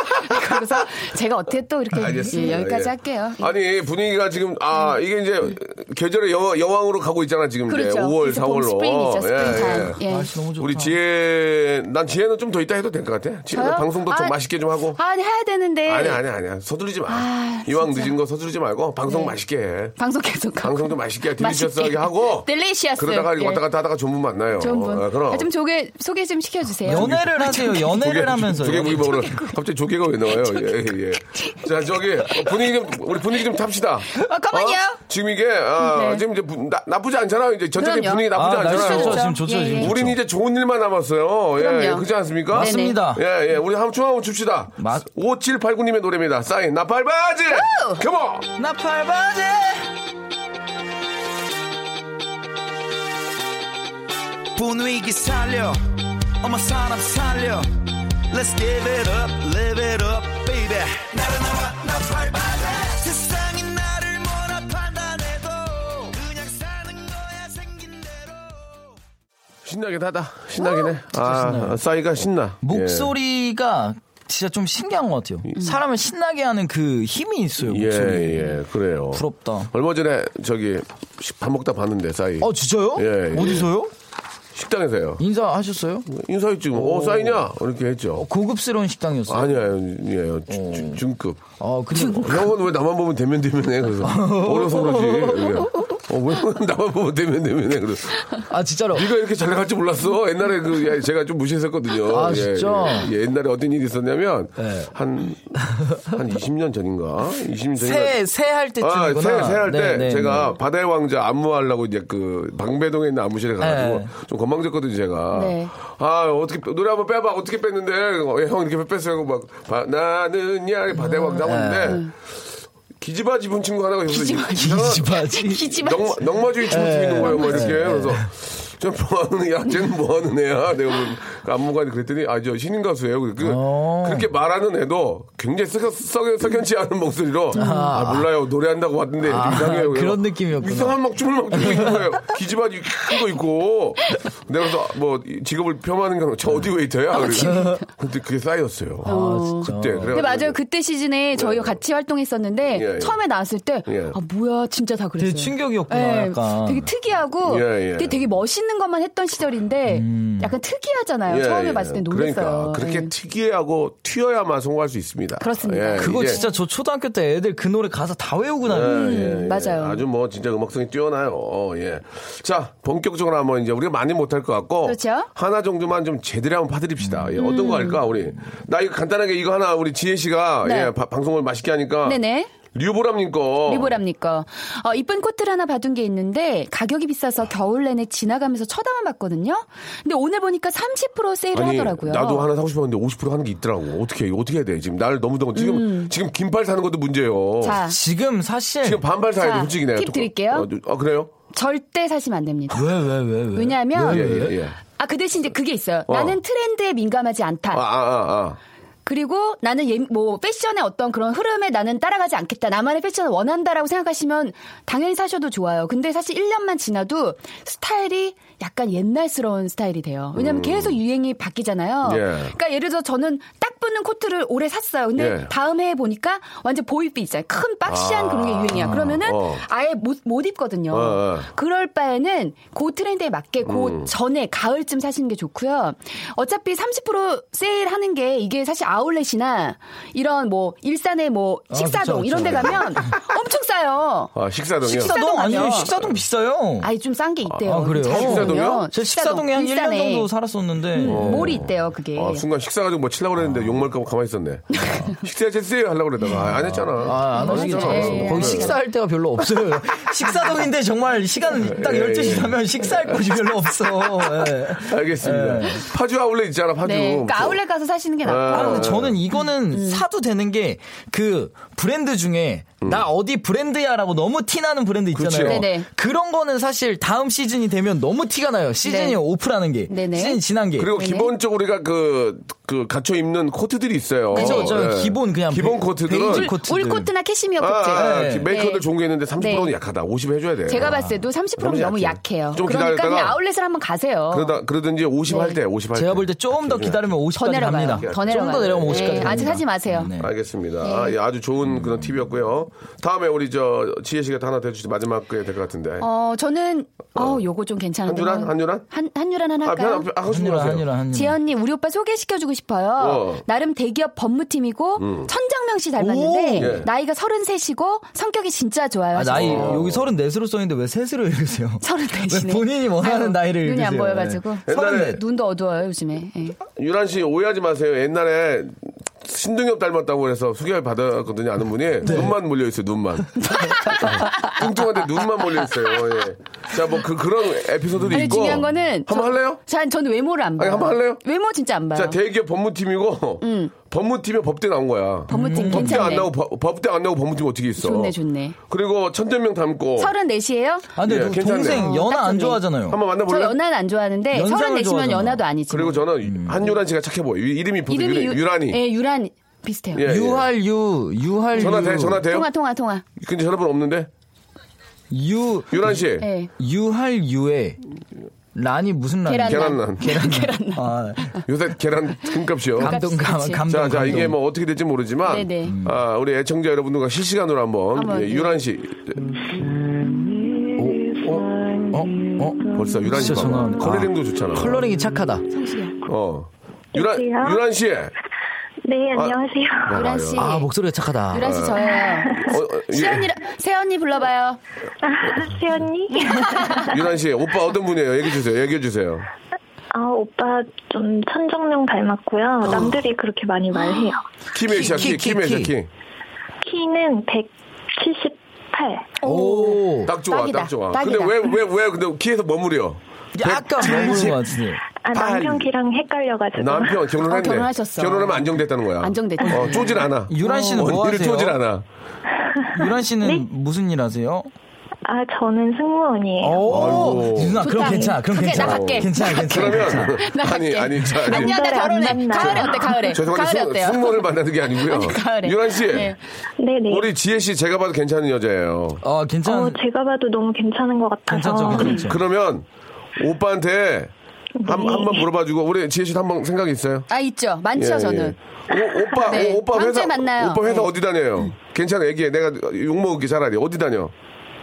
[SPEAKER 6] 그래서 제가 어떻게 또 이렇게 예, 여기까지
[SPEAKER 1] 예.
[SPEAKER 6] 할게요. 예. 음.
[SPEAKER 1] 아니 분위기가 지금 아 이게 이제 계절의 여, 여왕으로 가고 있잖아 지금 이제
[SPEAKER 6] 그렇죠.
[SPEAKER 1] 5월
[SPEAKER 6] 이제 봄
[SPEAKER 1] 4월로. 어,
[SPEAKER 6] 스프링이죠, 스프링타임. 예.
[SPEAKER 4] 날씨 너무 좋다.
[SPEAKER 1] 우리 지혜 난 지혜는 좀 더 있다 해도 될 것 같아. 지혜
[SPEAKER 6] 저요?
[SPEAKER 1] 방송도 좀
[SPEAKER 6] 아,
[SPEAKER 1] 맛있게 좀 하고.
[SPEAKER 6] 아, 네, 해야 되는데.
[SPEAKER 1] 아니 아니 아니야 서두르지 마.
[SPEAKER 6] 아,
[SPEAKER 1] 이왕
[SPEAKER 6] 진짜.
[SPEAKER 1] 늦은 거 서두르지 말고 방송
[SPEAKER 6] 네.
[SPEAKER 1] 맛있게 해.
[SPEAKER 6] 방송 계속 하고.
[SPEAKER 1] 방송도 맛있게
[SPEAKER 6] 맛있게.
[SPEAKER 1] 딜리셔스하게 하고.
[SPEAKER 6] 딜리셔스.
[SPEAKER 1] 그러다가
[SPEAKER 6] 예.
[SPEAKER 1] 왔다 갔다 하다가 좋은 분 만나요.
[SPEAKER 6] 좋은 분.
[SPEAKER 1] 아, 그럼.
[SPEAKER 6] 아, 좀 조개, 소개 좀 시켜주세요.
[SPEAKER 4] 연애를 하세요. 연애를 하면서.
[SPEAKER 1] 조개구이 먹으러 갑자기 조개가 왜 나와요? 예, 예. 자, 저기 어, 분위기 좀 우리 분위기 좀 탑시다.
[SPEAKER 6] 어, 가만히요.
[SPEAKER 1] 지금 이게 아,
[SPEAKER 6] 네.
[SPEAKER 1] 지금 이제 부- 나, 나쁘지 않잖아. 이제 전체적인
[SPEAKER 6] 그럼요.
[SPEAKER 1] 분위기 나쁘지
[SPEAKER 4] 아, 날씨
[SPEAKER 1] 않잖아요.
[SPEAKER 4] 좋죠.
[SPEAKER 6] 좋죠.
[SPEAKER 4] 지금 좋죠.
[SPEAKER 6] 예,
[SPEAKER 4] 지금
[SPEAKER 6] 예.
[SPEAKER 4] 좋죠.
[SPEAKER 1] 우린 이제 좋은 일만 남았어요. 예, 예.
[SPEAKER 6] 그럼요.
[SPEAKER 1] 그렇지 않습니까?
[SPEAKER 4] 맞습니다.
[SPEAKER 1] 예, 예. 우리 한번 춤 한번 춥시다.
[SPEAKER 4] 맞-
[SPEAKER 1] 5789님의 노래입니다. 사인 나팔바지. 컴온.
[SPEAKER 4] 나 팔바지!
[SPEAKER 8] 분위기 살려 어머 사람 살려 Let's give it up, live it up, baby 나를 나와 나 발바닥 세상이 나를 뭐라 판단해도 그냥 사는 거야 생긴 대로
[SPEAKER 1] 신나긴 하다. 신나긴 해. 아, 싸이가 신나. 예.
[SPEAKER 4] 목소리가 진짜 좀 신기한 것 같아요.
[SPEAKER 8] 음.
[SPEAKER 4] 사람을 신나게 하는 그 힘이 있어요.
[SPEAKER 1] 예,
[SPEAKER 4] 목소리.
[SPEAKER 1] 예, 그래요.
[SPEAKER 4] 부럽다.
[SPEAKER 1] 얼마 전에 저기 밥 먹다 봤는데 싸이.
[SPEAKER 4] 어 진짜요?
[SPEAKER 1] 예, 예.
[SPEAKER 4] 어디서요?
[SPEAKER 1] 식당에서요.
[SPEAKER 4] 인사하셨어요?
[SPEAKER 1] 인사했지. 뭐. 어, 싸이냐? 이렇게
[SPEAKER 4] 어,
[SPEAKER 1] 했죠.
[SPEAKER 4] 고급스러운 식당이었어요. 음.
[SPEAKER 1] 아니야, 예, 주- 주- 중급.
[SPEAKER 4] 아, 근데
[SPEAKER 1] 형은 왜 나만 보면 대면 대면해? 그래서 어려서 그러지. 예. 어, 왜 나만 보면 되면 되면 그래.
[SPEAKER 4] 아 진짜로.
[SPEAKER 1] 네가 이렇게 잘 나갈 줄 몰랐어. 옛날에 그 야, 제가 좀 무시했었거든요.
[SPEAKER 4] 아,
[SPEAKER 1] 예,
[SPEAKER 4] 진짜?
[SPEAKER 1] 예, 예. 옛날에 어떤 일이 있었냐면
[SPEAKER 4] 네.
[SPEAKER 1] 한한 20년 전인가 20년 전인가
[SPEAKER 4] 새새할
[SPEAKER 1] 아, 새,
[SPEAKER 4] 때쯤이구나.
[SPEAKER 1] 새할 때
[SPEAKER 4] 네, 네,
[SPEAKER 1] 제가 바다의 왕자 안무하려고 이제 그 방배동에 있는 안무실에 가가지고
[SPEAKER 4] 네.
[SPEAKER 1] 좀 건방졌거든요, 제가.
[SPEAKER 6] 네.
[SPEAKER 1] 아, 어떻게, 노래 한번 빼봐. 어떻게 뺐는데. 어, 예, 형 이렇게 뺐어요. 하고 막, 바, 나는 야, 바다의 왕자 하고 있는데. 기지바 지은 친구 하나가 여기서
[SPEAKER 4] 기지바지.
[SPEAKER 6] 기지만
[SPEAKER 1] 넉마, 넉마주의 친구
[SPEAKER 4] 네,
[SPEAKER 1] 팀 있는 거예요, 막 이렇게. 그래서. 좀 뭐하는 애, 야, 쟤는 뭐하는 애야? 내가 뭐, 그 안무관 그랬더니, 아, 저 신인 가수예요. 그, 그,
[SPEAKER 4] 어.
[SPEAKER 1] 그렇게 말하는 애도 굉장히 썩, 썩, 석연치 않은 목소리로, 아, 몰라요. 노래한다고 왔는데,
[SPEAKER 4] 아,
[SPEAKER 1] 이상해요. 그래서
[SPEAKER 4] 그런 느낌이었구나.
[SPEAKER 1] 이상한 막 춤을 막 추고 있는 거예요. 기지바지 큰 거 있고. 내가 그래서 뭐, 이 직업을 폄하는 게 아니고, 저 어디 웨이터야? 그래서. 근데 그게 쌓였어요.
[SPEAKER 4] 아 진짜.
[SPEAKER 1] 그때. 그래
[SPEAKER 6] 근데 네, 맞아요. 그때 시즌에 저희가 같이 활동했었는데
[SPEAKER 1] 네. 예, 예.
[SPEAKER 6] 처음에 나왔을 때 아
[SPEAKER 1] 예.
[SPEAKER 6] 뭐야 진짜 다 그랬어요. 예,
[SPEAKER 4] 되게 충격이었구나, 약간.
[SPEAKER 6] 되게 특이하고
[SPEAKER 1] 예, 예.
[SPEAKER 6] 그때 되게 멋있는 것만 했던 시절인데
[SPEAKER 4] 음.
[SPEAKER 6] 약간 특이하잖아요.
[SPEAKER 1] 예,
[SPEAKER 6] 처음에
[SPEAKER 1] 예.
[SPEAKER 6] 봤을 때
[SPEAKER 1] 그러니까
[SPEAKER 6] 놀랐어요.
[SPEAKER 1] 그렇게
[SPEAKER 6] 예.
[SPEAKER 1] 특이하고 튀어야만 성공할 수 있습니다. 예,
[SPEAKER 6] 그렇습니다.
[SPEAKER 4] 그거
[SPEAKER 1] 이제-
[SPEAKER 4] 진짜 저 초등학교 때 애들 그 노래 가사 다 외우고
[SPEAKER 1] 예,
[SPEAKER 4] 나면.
[SPEAKER 1] 예, 예.
[SPEAKER 6] 맞아요.
[SPEAKER 1] 아주 뭐 진짜 음악성이 뛰어나요. 어, 예. 자, 본격적으로 한번 이제 우리가 많이 못할 것 같고
[SPEAKER 6] 그렇죠.
[SPEAKER 1] 하나 정도만 좀 제대로 한번 파드립시다. 예, 어떤 거 할까 우리 나 이거 간단하게 이거 하나 우리 지혜 씨가
[SPEAKER 6] 네.
[SPEAKER 1] 예, 바- 방송을 맛있게 하니까
[SPEAKER 6] 네네.
[SPEAKER 1] 류보람님 거
[SPEAKER 6] 리보랍니까? 어, 이쁜 코트를 하나 봐둔 게 있는데 가격이 비싸서 겨울 내내 지나가면서 쳐다만 봤거든요. 근데 오늘 보니까 30% 세일을
[SPEAKER 1] 아니
[SPEAKER 6] 하더라고요.
[SPEAKER 1] 나도 하나 사고 싶었는데 50% 하는 게 있더라고. 어떻게 이거 어떻게 해야 돼? 지금 날 너무 더워. 지금 지금 긴팔 사는 것도 문제예요.
[SPEAKER 6] 음. 자,
[SPEAKER 4] 지금 사실
[SPEAKER 1] 지금 반팔 사야 돼.
[SPEAKER 6] 자,
[SPEAKER 1] 솔직히 내가
[SPEAKER 6] 팁
[SPEAKER 1] 또-
[SPEAKER 6] 드릴게요.
[SPEAKER 1] 어, 누- 아 그래요?
[SPEAKER 6] 절대 사시면 안 됩니다.
[SPEAKER 4] 왜 왜 왜 왜?
[SPEAKER 6] 왜냐하면
[SPEAKER 1] 예, 예, 예.
[SPEAKER 6] 아 그 대신 이제 그게 있어요.
[SPEAKER 1] 어.
[SPEAKER 6] 나는 트렌드에 민감하지 않다.
[SPEAKER 1] 아, 아, 아, 아.
[SPEAKER 6] 그리고 나는 예- 뭐 패션의 어떤 그런 흐름에 나는 따라가지 않겠다. 나만의 패션을 원한다라고 생각하시면 당연히 사셔도 좋아요. 근데 사실 1년만 지나도 스타일이 약간 옛날스러운 스타일이 돼요. 왜냐면 계속 유행이 바뀌잖아요.
[SPEAKER 1] 음. 예.
[SPEAKER 6] 그러니까 예를 들어 저는 딱 붙는 코트를 오래 샀어요. 근데
[SPEAKER 1] 예.
[SPEAKER 6] 다음 해에 보니까 완전 보이핏 있잖아요. 큰 박시한
[SPEAKER 1] 아.
[SPEAKER 6] 그런 게 유행이야. 그러면은
[SPEAKER 1] 어.
[SPEAKER 6] 아예 못, 못 입거든요.
[SPEAKER 1] 어, 어.
[SPEAKER 6] 그럴 바에는 그 트렌드에 맞게 그 전에 가을쯤 사시는 게 좋고요. 어차피 30% 세일하는 게 이게 사실 아울렛이나 이런 뭐 일산의 뭐
[SPEAKER 4] 아,
[SPEAKER 6] 식사동
[SPEAKER 4] 그쵸,
[SPEAKER 6] 이런 데
[SPEAKER 4] 그쵸.
[SPEAKER 6] 가면 엄청 싸요.
[SPEAKER 1] 아, 식사동이요?
[SPEAKER 4] 식사동 아니에요?
[SPEAKER 6] 식사동
[SPEAKER 4] 식사동 비싸요.
[SPEAKER 6] 아니 좀 싼 게 있대요.
[SPEAKER 4] 아, 그래요?
[SPEAKER 6] 자주 보면
[SPEAKER 1] 어, 식사동이요?
[SPEAKER 4] 저 식사동에 한 1년
[SPEAKER 6] 일산에.
[SPEAKER 4] 정도 살았었는데.
[SPEAKER 6] 음, 몰이 있대요 그게.
[SPEAKER 1] 아, 순간 식사 가지고 뭐 치려고
[SPEAKER 4] 아.
[SPEAKER 1] 그랬는데 욕먹을까봐 가만히 있었네. 식사 제스요 하려고 그러다가 아, 안 했잖아.
[SPEAKER 4] 아, 안 하시겠죠.
[SPEAKER 6] 예, 예.
[SPEAKER 4] 거기
[SPEAKER 6] 네.
[SPEAKER 4] 식사할 때가 별로 없어요. 식사동인데 정말 시간 딱
[SPEAKER 1] 예,
[SPEAKER 4] 12시
[SPEAKER 1] 예.
[SPEAKER 4] 되면 식사할 곳이 별로 없어. 예.
[SPEAKER 1] 알겠습니다. 파주 아울렛 있잖아, 파주.
[SPEAKER 6] 네, 그러니까 아울렛 가서 사시는 게 낫고.
[SPEAKER 4] 아, 근데 저는 이거는 사도 되는 게 그 브랜드 중에
[SPEAKER 8] 음.
[SPEAKER 4] 나 어디 브랜드야라고 너무 티나는 브랜드 있잖아요.
[SPEAKER 1] 그렇지.
[SPEAKER 6] 네네.
[SPEAKER 4] 그런 거는 사실 다음 시즌이 되면 너무 티가 나요. 시즌이
[SPEAKER 6] 네.
[SPEAKER 4] 오프라는 게.
[SPEAKER 6] 네네.
[SPEAKER 4] 시즌이 지난 게.
[SPEAKER 1] 그리고
[SPEAKER 6] 네네.
[SPEAKER 1] 기본적으로 우리가 그, 그, 갖춰 입는 코트들이 있어요.
[SPEAKER 4] 그죠, 그죠.
[SPEAKER 1] 예.
[SPEAKER 4] 기본 그냥
[SPEAKER 1] 기본
[SPEAKER 4] 베-
[SPEAKER 1] 코트들은.
[SPEAKER 4] 베이지
[SPEAKER 6] 울,
[SPEAKER 4] 코- 코트들.
[SPEAKER 6] 울코트나 캐시미어
[SPEAKER 1] 아,
[SPEAKER 6] 코트.
[SPEAKER 1] 아,
[SPEAKER 4] 네.
[SPEAKER 1] 메이커들
[SPEAKER 6] 네.
[SPEAKER 1] 좋은 게 있는데 30%는 약하다. 50 해줘야 돼. 아.
[SPEAKER 6] 제가 봤을 때도 30%는 너무
[SPEAKER 1] 너무
[SPEAKER 6] 약해요.
[SPEAKER 1] 좀
[SPEAKER 6] 그러니까 그냥
[SPEAKER 1] 기다렸다가
[SPEAKER 6] 아울렛을 한번 가세요.
[SPEAKER 1] 그러다, 그러든지 50
[SPEAKER 6] 네.
[SPEAKER 1] 할 때, 50 할 때. 네.
[SPEAKER 4] 제가 볼 때 좀 더 기다리면 50까지
[SPEAKER 6] 더 내려가요.
[SPEAKER 4] 갑니다.
[SPEAKER 6] 더 내려가요.
[SPEAKER 4] 좀더 내려가면 50까지
[SPEAKER 6] 네,
[SPEAKER 4] 갑니다.
[SPEAKER 6] 아직 하지 마세요.
[SPEAKER 4] 네.
[SPEAKER 1] 알겠습니다. 예, 아주 좋은 그런 팁이었고요. 다음에 우리 저 지혜 씨가 또 하나 더 해주시 마지막 게 될 것 같은데. 아,
[SPEAKER 6] 어, 저는 어, 요거 좀 괜찮은데.
[SPEAKER 1] 한유란? 한유란?
[SPEAKER 6] 한 한유란 하나
[SPEAKER 1] 아,
[SPEAKER 6] 할까요?
[SPEAKER 1] 편한, 아, 하고 싶은 거
[SPEAKER 4] 한유라,
[SPEAKER 1] 하세요.
[SPEAKER 4] 한유라, 한유라.
[SPEAKER 6] 지연님 우리 오빠 소개시켜주고 싶어요.
[SPEAKER 1] 어. 음.
[SPEAKER 6] 나름 대기업 법무팀이고 천정명 씨 닮았는데
[SPEAKER 1] 오. 예.
[SPEAKER 6] 나이가 33시고 성격이 진짜 좋아요.
[SPEAKER 4] 아, 나이
[SPEAKER 6] 하셨어요.
[SPEAKER 4] 여기 34으로 써있는데 왜 셋으로 읽으세요?
[SPEAKER 6] 34시네.
[SPEAKER 4] 왜 본인이 원하는
[SPEAKER 6] 아유,
[SPEAKER 4] 나이를
[SPEAKER 6] 눈이 안
[SPEAKER 4] 읽으세요?
[SPEAKER 6] 보여가지고.
[SPEAKER 4] 네.
[SPEAKER 1] 예. 옛날에
[SPEAKER 4] 34.
[SPEAKER 6] 눈도 어두워요 요즘에. 예.
[SPEAKER 1] 유란 씨 오해하지 마세요. 옛날에 신동엽 닮았다고 해서 소개를 받았거든요. 아는 분이 눈만 몰려 있어요. 눈만. 네. 뚱뚱한데 눈만 몰려 있어요. 예. 자, 뭐 그 그런 에피소드도
[SPEAKER 6] 아니
[SPEAKER 1] 있고.
[SPEAKER 6] 중요한 거는
[SPEAKER 1] 한번
[SPEAKER 6] 저-
[SPEAKER 1] 할래요?
[SPEAKER 6] 자, 저는 외모를 안 봐요.
[SPEAKER 1] 한번 할래요?
[SPEAKER 6] 외모 진짜 안 봐요. 음.
[SPEAKER 1] 자, 대기업 법무팀이고 법무팀에 법대 나온 거야.
[SPEAKER 6] 법무팀
[SPEAKER 1] 법대 안
[SPEAKER 6] 괜찮네.
[SPEAKER 1] 나고 법- 법대 안 나고 법무팀 어떻게 있어?
[SPEAKER 6] 좋네 좋네.
[SPEAKER 1] 그리고 천전명 닮고
[SPEAKER 6] 34시예요?
[SPEAKER 4] 아, 근데
[SPEAKER 1] 예,
[SPEAKER 4] 너
[SPEAKER 1] 괜찮네요.
[SPEAKER 4] 동생
[SPEAKER 6] 어, 딱
[SPEAKER 4] 연하 안
[SPEAKER 6] 좋네.
[SPEAKER 4] 좋아하잖아요.
[SPEAKER 1] 한번
[SPEAKER 6] 저
[SPEAKER 1] 만나볼래요?
[SPEAKER 6] 연하는 안 좋아하는데
[SPEAKER 4] 연상을
[SPEAKER 6] 34시면
[SPEAKER 4] 좋아하잖아.
[SPEAKER 6] 연하도 아니지. 뭐.
[SPEAKER 1] 그리고 저는
[SPEAKER 4] 음.
[SPEAKER 1] 한유란 씨가 착해 보여. 요 이름이 보통
[SPEAKER 6] 이름이
[SPEAKER 1] 유란, 유란이.
[SPEAKER 6] 예, 유란 비슷해요.
[SPEAKER 1] 예, 예.
[SPEAKER 4] 유할유 유할유
[SPEAKER 1] 전화 돼, 전화 돼요?
[SPEAKER 6] 통화 통화 통화.
[SPEAKER 1] 근데 전화번호 없는데?
[SPEAKER 4] 유
[SPEAKER 1] 유란 씨.
[SPEAKER 6] 예.
[SPEAKER 4] 유할유에 란이 무슨 란?
[SPEAKER 6] 계란란.
[SPEAKER 1] 계란란.
[SPEAKER 6] 계란란.
[SPEAKER 4] 아,
[SPEAKER 1] 요새 계란 큰값이요.
[SPEAKER 4] 감동 감
[SPEAKER 6] 그치.
[SPEAKER 4] 감동.
[SPEAKER 1] 자, 자,
[SPEAKER 4] 감동.
[SPEAKER 1] 이게 뭐 어떻게 될지 모르지만,
[SPEAKER 6] 네네. 음.
[SPEAKER 1] 아, 우리 애청자 여러분들과 실시간으로 한번,
[SPEAKER 6] 한번,
[SPEAKER 1] 예,
[SPEAKER 6] 네.
[SPEAKER 1] 유란 씨.
[SPEAKER 4] 어, 어,
[SPEAKER 1] 벌써 유란 씨.
[SPEAKER 4] 진짜
[SPEAKER 1] 봐봐.
[SPEAKER 4] 전화하네.
[SPEAKER 1] 컬러링도 좋잖아.
[SPEAKER 4] 컬러링이 착하다.
[SPEAKER 1] 어. 유란, 유란 씨.
[SPEAKER 9] 네,
[SPEAKER 1] 아,
[SPEAKER 9] 안녕하세요.
[SPEAKER 1] 유란 씨.
[SPEAKER 4] 아, 목소리가 착하다.
[SPEAKER 6] 뭐. 유란 씨 저예요.
[SPEAKER 1] 어,
[SPEAKER 6] 시언니라 세언니 불러봐요.
[SPEAKER 9] 세언니?
[SPEAKER 1] 유란 씨, 오빠 어떤 분이에요? 얘기해 주세요. 얘기해 주세요.
[SPEAKER 9] 아, 오빠 좀 천정령 닮았고요.
[SPEAKER 1] 어.
[SPEAKER 9] 남들이 그렇게 많이 말해요.
[SPEAKER 1] 키 몇이야? 키, 키 몇이야? 키.
[SPEAKER 9] 키는 178.
[SPEAKER 1] 오. 딱 좋아,
[SPEAKER 9] 딱이다,
[SPEAKER 1] 딱 좋아.
[SPEAKER 9] 딱이다.
[SPEAKER 1] 근데 왜, 왜, 왜, 근데 키에서 머무려?
[SPEAKER 4] 아까 뭐
[SPEAKER 1] 머무는 것
[SPEAKER 4] 같은데.
[SPEAKER 9] 아, 남편 키랑 헷갈려가지고.
[SPEAKER 1] 남편 결혼했네.
[SPEAKER 9] 어, 결혼하셨어.
[SPEAKER 1] 결혼하면 안정됐다는 거야.
[SPEAKER 9] 안정됐지.
[SPEAKER 1] 어, 쪼질 않아.
[SPEAKER 4] 유란 씨는 뭐
[SPEAKER 1] 언니를
[SPEAKER 4] 하세요?
[SPEAKER 1] 쪼질 않아.
[SPEAKER 4] 유란 씨는 무슨 일 하세요?
[SPEAKER 9] 네? 아, 저는 승무원이에요.
[SPEAKER 4] 오, 유나 그럼 괜찮아. 그럼
[SPEAKER 9] 오케이,
[SPEAKER 4] 괜찮아.
[SPEAKER 9] 나 갈게.
[SPEAKER 4] 괜찮아, 괜찮아.
[SPEAKER 1] 그러면
[SPEAKER 4] 괜찮아.
[SPEAKER 1] 아니 아니 자, 아니.
[SPEAKER 6] 아니야, 나 결혼해. 가을에 어때? 가을에.
[SPEAKER 1] 죄송한데
[SPEAKER 6] 가을에
[SPEAKER 1] 승-
[SPEAKER 6] 어때요?
[SPEAKER 1] 승무원을 만나는 게 아니고요.
[SPEAKER 6] 아니, 가을에.
[SPEAKER 1] 유란 씨,
[SPEAKER 6] 네.
[SPEAKER 9] 네, 네.
[SPEAKER 1] 우리 지혜 씨 제가 봐도 괜찮은 여자예요.
[SPEAKER 4] 아 괜찮.
[SPEAKER 9] 어, 제가 봐도 너무 괜찮은 것 같아서.
[SPEAKER 4] 그렇죠.
[SPEAKER 1] 그러면 오빠한테 한
[SPEAKER 9] 네.
[SPEAKER 1] 한번 물어봐주고 우리 지혜 씨도 한번 생각 이 있어요?
[SPEAKER 6] 아 있죠. 많죠
[SPEAKER 1] 예,
[SPEAKER 6] 저는.
[SPEAKER 1] 예. 오, 오빠
[SPEAKER 6] 네,
[SPEAKER 1] 오, 오빠
[SPEAKER 6] 다음
[SPEAKER 1] 회사
[SPEAKER 6] 주에 만나요.
[SPEAKER 1] 오빠 회사
[SPEAKER 6] 네.
[SPEAKER 1] 어디 다녀요? 괜찮아 얘기해. 내가 욕 먹을게 차라리 어디 다녀?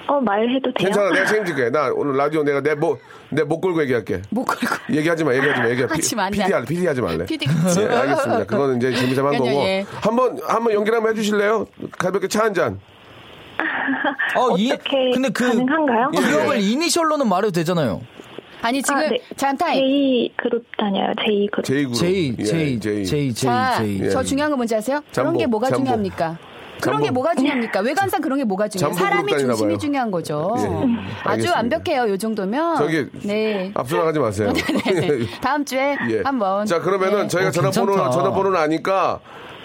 [SPEAKER 9] 어, 말해도 돼요?
[SPEAKER 1] 괜찮아 내가 책임질게. 나 오늘 라디오 내가 내 목 내 목 걸고 얘기할게.
[SPEAKER 6] 목 걸고.
[SPEAKER 1] 얘기하지 마, 얘기하지 마, 얘기하지
[SPEAKER 6] 하지 마, 안 돼.
[SPEAKER 1] PD, 할- PD 하지 말래.
[SPEAKER 6] PD 같이.
[SPEAKER 1] 예, 알겠습니다. 그거는 이제 재미삼아 한
[SPEAKER 6] 그냥,
[SPEAKER 1] 거고.
[SPEAKER 6] 예.
[SPEAKER 1] 한번, 한번 연결 한번 해주실래요? 가볍게 차 한 잔.
[SPEAKER 4] 어, 이 근데 그
[SPEAKER 9] 가능한가요?
[SPEAKER 1] 네.
[SPEAKER 4] 기업을 이니셜로는 말해도 되잖아요.
[SPEAKER 6] 아니 네. 지금 잠타임.
[SPEAKER 9] 제2 그룹 다녀요. 제2 그룹.
[SPEAKER 1] 제이 그룹.
[SPEAKER 4] 제이, 제이,
[SPEAKER 1] 예, 제이.
[SPEAKER 4] 제이, 제이,
[SPEAKER 6] 자,
[SPEAKER 4] 제이.
[SPEAKER 6] 저 중요한 거 뭔지 아세요? 그런
[SPEAKER 1] 예. 잠복,
[SPEAKER 6] 게 뭐가
[SPEAKER 1] 잠복.
[SPEAKER 6] 중요합니까? 그런 게
[SPEAKER 1] 잠복.
[SPEAKER 6] 뭐가 중요합니까? 외관상 그런 게 뭐가 중요해요?
[SPEAKER 1] 잠복으로
[SPEAKER 6] 사람의
[SPEAKER 1] 다니나
[SPEAKER 6] 중심이
[SPEAKER 1] 봐요.
[SPEAKER 6] 중요한 거죠.
[SPEAKER 1] 예,
[SPEAKER 6] 아주
[SPEAKER 1] 알겠습니다.
[SPEAKER 6] 완벽해요. 요 정도면.
[SPEAKER 1] 저기,
[SPEAKER 6] 네.
[SPEAKER 1] 앞서 나가지 마세요.
[SPEAKER 6] 다음 주에
[SPEAKER 1] 예.
[SPEAKER 6] 한번
[SPEAKER 1] 자, 그러면은
[SPEAKER 6] 네.
[SPEAKER 4] 어,
[SPEAKER 1] 저희가 전화번호, 전화번호는 아니까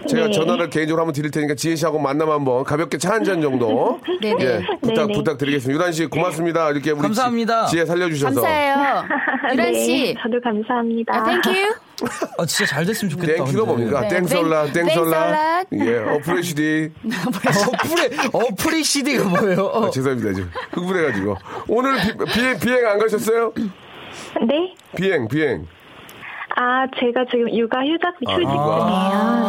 [SPEAKER 1] 제가
[SPEAKER 6] 네.
[SPEAKER 1] 전화를 개인적으로 한번 드릴 테니까 지혜 씨하고 만남 한번 가볍게 차 한 잔 정도.
[SPEAKER 6] 네네.
[SPEAKER 1] 예, 부탁,
[SPEAKER 6] 네네.
[SPEAKER 1] 부탁드리겠습니다. 유란 씨 고맙습니다. 이렇게 우리
[SPEAKER 4] 감사합니다.
[SPEAKER 1] 지, 혜 살려주셔서.
[SPEAKER 6] 감사해요. 유란
[SPEAKER 9] 네,
[SPEAKER 6] 씨.
[SPEAKER 9] 저도 감사합니다.
[SPEAKER 6] 아, 땡큐.
[SPEAKER 4] 아, 진짜 잘 됐으면 좋겠다.
[SPEAKER 1] 땡큐가 뭡니까?
[SPEAKER 6] 네.
[SPEAKER 4] 근데.
[SPEAKER 1] 땡솔라,
[SPEAKER 4] 땡-
[SPEAKER 1] 땡솔라.
[SPEAKER 4] 땡솔라.
[SPEAKER 1] 예, 어프레시디. 네.
[SPEAKER 4] 어플이 어플이 CD가 뭐예요?
[SPEAKER 1] 아, 죄송합니다. 지금 흥분해가지고. 오늘 비, 비행, 비행 안 가셨어요?
[SPEAKER 9] 네?
[SPEAKER 1] 비행, 비행.
[SPEAKER 9] 아, 제가 지금 육아 휴가
[SPEAKER 1] 아,
[SPEAKER 9] 휴직
[SPEAKER 1] 육아.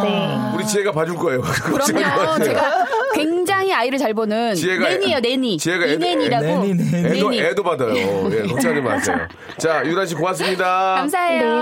[SPEAKER 9] 중이에요. 네.
[SPEAKER 1] 우리 지혜가 봐줄 거예요. 그거 생각하세요.
[SPEAKER 6] 그러니까. 그럼요. 제가 굉장히 아이를 잘 보는
[SPEAKER 1] 지혜가
[SPEAKER 6] 내니요,
[SPEAKER 1] 애-
[SPEAKER 6] 내니.
[SPEAKER 1] 지혜가
[SPEAKER 6] 이
[SPEAKER 1] 애도-
[SPEAKER 6] 내니라고.
[SPEAKER 1] 애도- 애도,
[SPEAKER 6] 내니.
[SPEAKER 1] 애도 받아요. 예, 걱정하지 마세요. 자, 유란 씨 고맙습니다.
[SPEAKER 6] 감사해요. 네,
[SPEAKER 1] 네,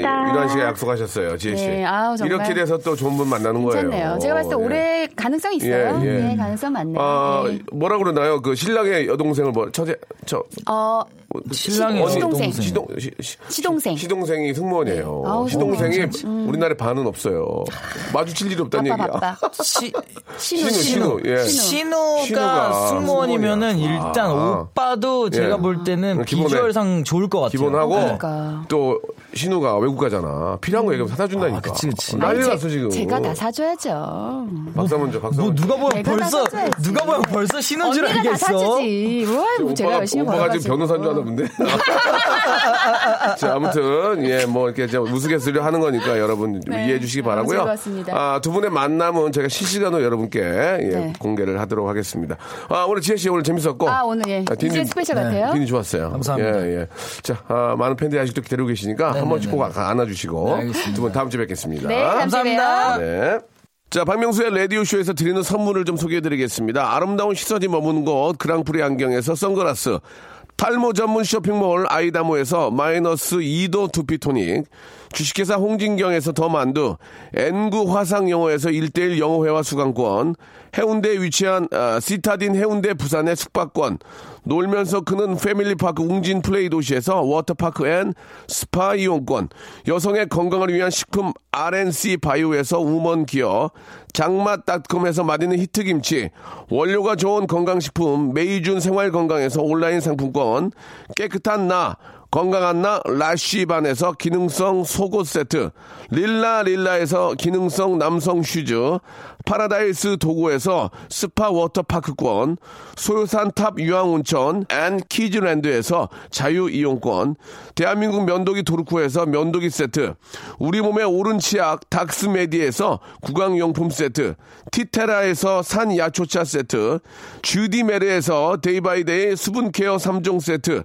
[SPEAKER 6] 감사합니다.
[SPEAKER 1] 유란 씨가 약속하셨어요, 지혜 씨.
[SPEAKER 6] 네, 아우, 정말.
[SPEAKER 1] 이렇게 돼서 또 좋은 분 만나는 거예요.
[SPEAKER 6] 괜찮네요. 제가 봤을 때
[SPEAKER 1] 어, 예.
[SPEAKER 6] 올해 가능성이 있어요.
[SPEAKER 1] 예, 예.
[SPEAKER 6] 네, 가능성 많네요.
[SPEAKER 1] 아,
[SPEAKER 6] 네.
[SPEAKER 1] 뭐라 그러나요? 그 신랑의 여동생을 뭐, 처제, 저,
[SPEAKER 6] 어,
[SPEAKER 1] 뭐,
[SPEAKER 6] 신랑의
[SPEAKER 1] 언니,
[SPEAKER 6] 여동생.
[SPEAKER 1] 시동, 시, 시,
[SPEAKER 6] 시동생. 네.
[SPEAKER 1] 시동생이 승무원이에요.
[SPEAKER 6] 아우,
[SPEAKER 1] 시동생이
[SPEAKER 6] 괜찮지. 음.
[SPEAKER 1] 우리나라에 반은 없어요. 마주칠 일이 없다는
[SPEAKER 6] 바빠,
[SPEAKER 1] 얘기야.
[SPEAKER 6] 바빠. 시,
[SPEAKER 1] 신우, 신우, 예.
[SPEAKER 4] 신우가,
[SPEAKER 1] 신우가
[SPEAKER 4] 승무원이면은
[SPEAKER 1] 승무원이야.
[SPEAKER 4] 일단
[SPEAKER 1] 아.
[SPEAKER 4] 오빠도
[SPEAKER 1] 예.
[SPEAKER 4] 제가 볼 때는
[SPEAKER 1] 기본에-
[SPEAKER 4] 비주얼상 좋을 것 같아요.
[SPEAKER 1] 기본하고
[SPEAKER 6] 그러니까.
[SPEAKER 1] 또 신우가 외국 가잖아. 필요한 거 얘기하면 사다 준다니까. 난리
[SPEAKER 6] 아니, 제-
[SPEAKER 1] 났어 지금.
[SPEAKER 6] 제가 다 사줘야죠.
[SPEAKER 1] 박사 먼저 박사. 뭐
[SPEAKER 4] 누가 보면
[SPEAKER 6] 내가
[SPEAKER 4] 벌써
[SPEAKER 6] 다 사줘야지.
[SPEAKER 4] 누가 보면 벌써 신우인 줄
[SPEAKER 6] 언니가 다
[SPEAKER 4] 알겠어.
[SPEAKER 6] 사주지. 뭘 제가
[SPEAKER 1] 오빠가,
[SPEAKER 6] 열심히
[SPEAKER 1] 오빠가 지금
[SPEAKER 6] 벌어가지고.
[SPEAKER 1] 변호사인 줄 아나 본데. 자, 아무튼, 예, 뭐, 이렇게 좀 우스갯소리 하는 거니까 여러분
[SPEAKER 6] 네.
[SPEAKER 1] 이해해 주시기
[SPEAKER 6] 아,
[SPEAKER 1] 바라고요
[SPEAKER 6] 즐거웠습니다.
[SPEAKER 1] 아, 두 분의 만남은 제가 실시간으로 여러분께 예,
[SPEAKER 6] 네.
[SPEAKER 1] 공개를 하도록 하겠습니다. 아, 오늘 지혜씨 오늘 재밌었고.
[SPEAKER 6] 아, 오늘 예.
[SPEAKER 1] 아, 딘딘-
[SPEAKER 6] 이제 스페셜 같아요.
[SPEAKER 1] 딘이 좋았어요.
[SPEAKER 4] 감사합니다. 네,
[SPEAKER 1] 예, 예. 자, 아, 많은 팬들이 아직도 기다리고 계시니까 한 번씩 꼭 아- 안아주시고.
[SPEAKER 4] 알겠습니다.
[SPEAKER 1] 두 분 다음 주에 뵙겠습니다.
[SPEAKER 6] 네, 감사합니다.
[SPEAKER 1] 네. 자, 박명수의 라디오쇼에서 드리는 선물을 좀 소개해드리겠습니다. 아름다운 시선이 머무는 곳, 그랑프리 안경에서 선글라스, 탈모 전문 쇼핑몰 아이다모에서 마이너스 2도 두피토닉, 주식회사 홍진경에서 더 만두, N구 화상영어에서 1대1 영어회화 수강권, 해운대에 위치한 아, 시타딘 해운대 부산의 숙박권, 놀면서 크는 패밀리파크 웅진 플레이 도시에서 워터파크 앤 스파 이용권, 여성의 건강을 위한 식품 RNC 바이오에서 우먼 기어, 장맛닷컴에서 맛있는 히트김치, 원료가 좋은 건강식품 메이준 생활건강에서 온라인 상품권, 깨끗한 나, 건강한 나 라쉬반에서 기능성 속옷 세트, 릴라 릴라에서 기능성 남성 슈즈, 파라다이스 도구에서 스파 워터파크권, 소요산 탑 유황온천 앤 키즈랜드에서 자유이용권, 대한민국 면도기 도르쿠에서 면도기 세트, 우리 몸의 오른 치약 닥스메디에서 구강용품 세트, 티테라에서 산 야초차 세트, 주디메르에서 데이바이데이 수분케어 3종 세트,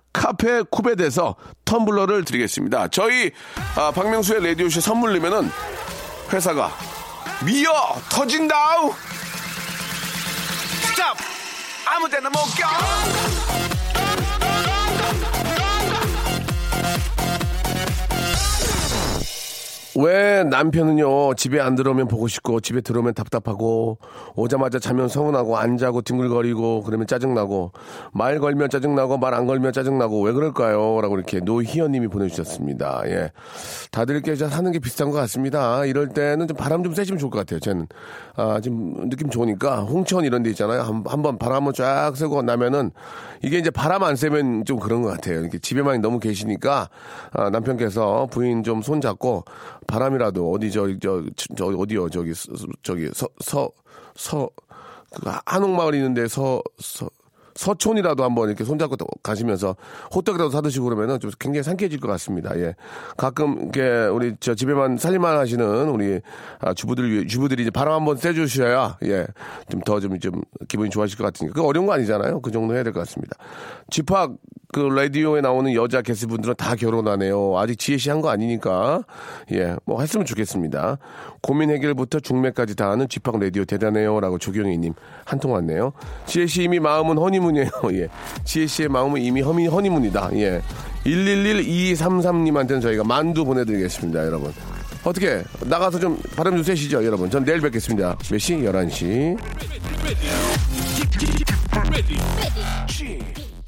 [SPEAKER 1] 카페 쿠벳에서 텀블러를 드리겠습니다. 저희 아, 박명수의 라디오쇼 선물리면은 회사가 미어 터진다우!
[SPEAKER 8] 스탑! 아무 데나 못 가!
[SPEAKER 1] 왜 남편은요 집에 안 들어오면 보고 싶고 집에 들어오면 답답하고 오자마자 자면 서운하고 안 자고 뒹굴거리고 그러면 짜증나고 말 걸면 짜증나고 말 안 걸면 짜증나고 왜 그럴까요? 라고 이렇게 노희연님이 보내주셨습니다. 예, 다들 이렇게 하는 게 비슷한 것 같습니다. 이럴 때는 좀 바람 좀 쐬시면 좋을 것 같아요. 저는 아 지금 느낌 좋으니까 홍천 이런 데 있잖아요. 한- 한번 바람 한번 쫙 쐬고 나면은 이게 이제 바람 안 쐬면 좀 그런 것 같아요. 이렇게 집에만 너무 계시니까 아, 남편께서 부인 좀 손잡고 바람이라도 어디 저, 저, 저 어디요 저기 서- 서- 저기 서서서 그 한옥 마을 있는데 서 서, 서촌이라도 한번 이렇게 손잡고 또 가시면서 호떡이라도 사드시고 그러면은 좀 굉장히 상쾌해질 것 같습니다. 예. 가끔 이렇게 우리 저 집에만 살림만 하시는 우리 아, 주부들 위해- 주부들이 이제 바람 한번 쐬주셔야 예. 좀 더 좀 좀 기분이 좋아질 것 같으니까 그 어려운 거 아니잖아요. 그 정도 해야 될 것 같습니다. 집합 그 라디오에 나오는 여자 게스트분들은 다 결혼하네요. 아직 지혜씨한 거 아니니까 예 뭐 했으면 좋겠습니다. 고민 해결부터 중매까지 다 하는 집합 라디오 대단해요라고 조경희님 한 통 왔네요. 지혜씨 이미 마음은 허니문이에요. 예 지혜씨의 마음은 이미 허니 허니문이다. 예 111233님한테는 저희가 만두 보내드리겠습니다, 여러분. 어떻게 나가서 좀 바람 좀 쐬시죠, 여러분. 전 내일 뵙겠습니다. 몇 시? 11시.
[SPEAKER 8] Ready. Ready. Ready.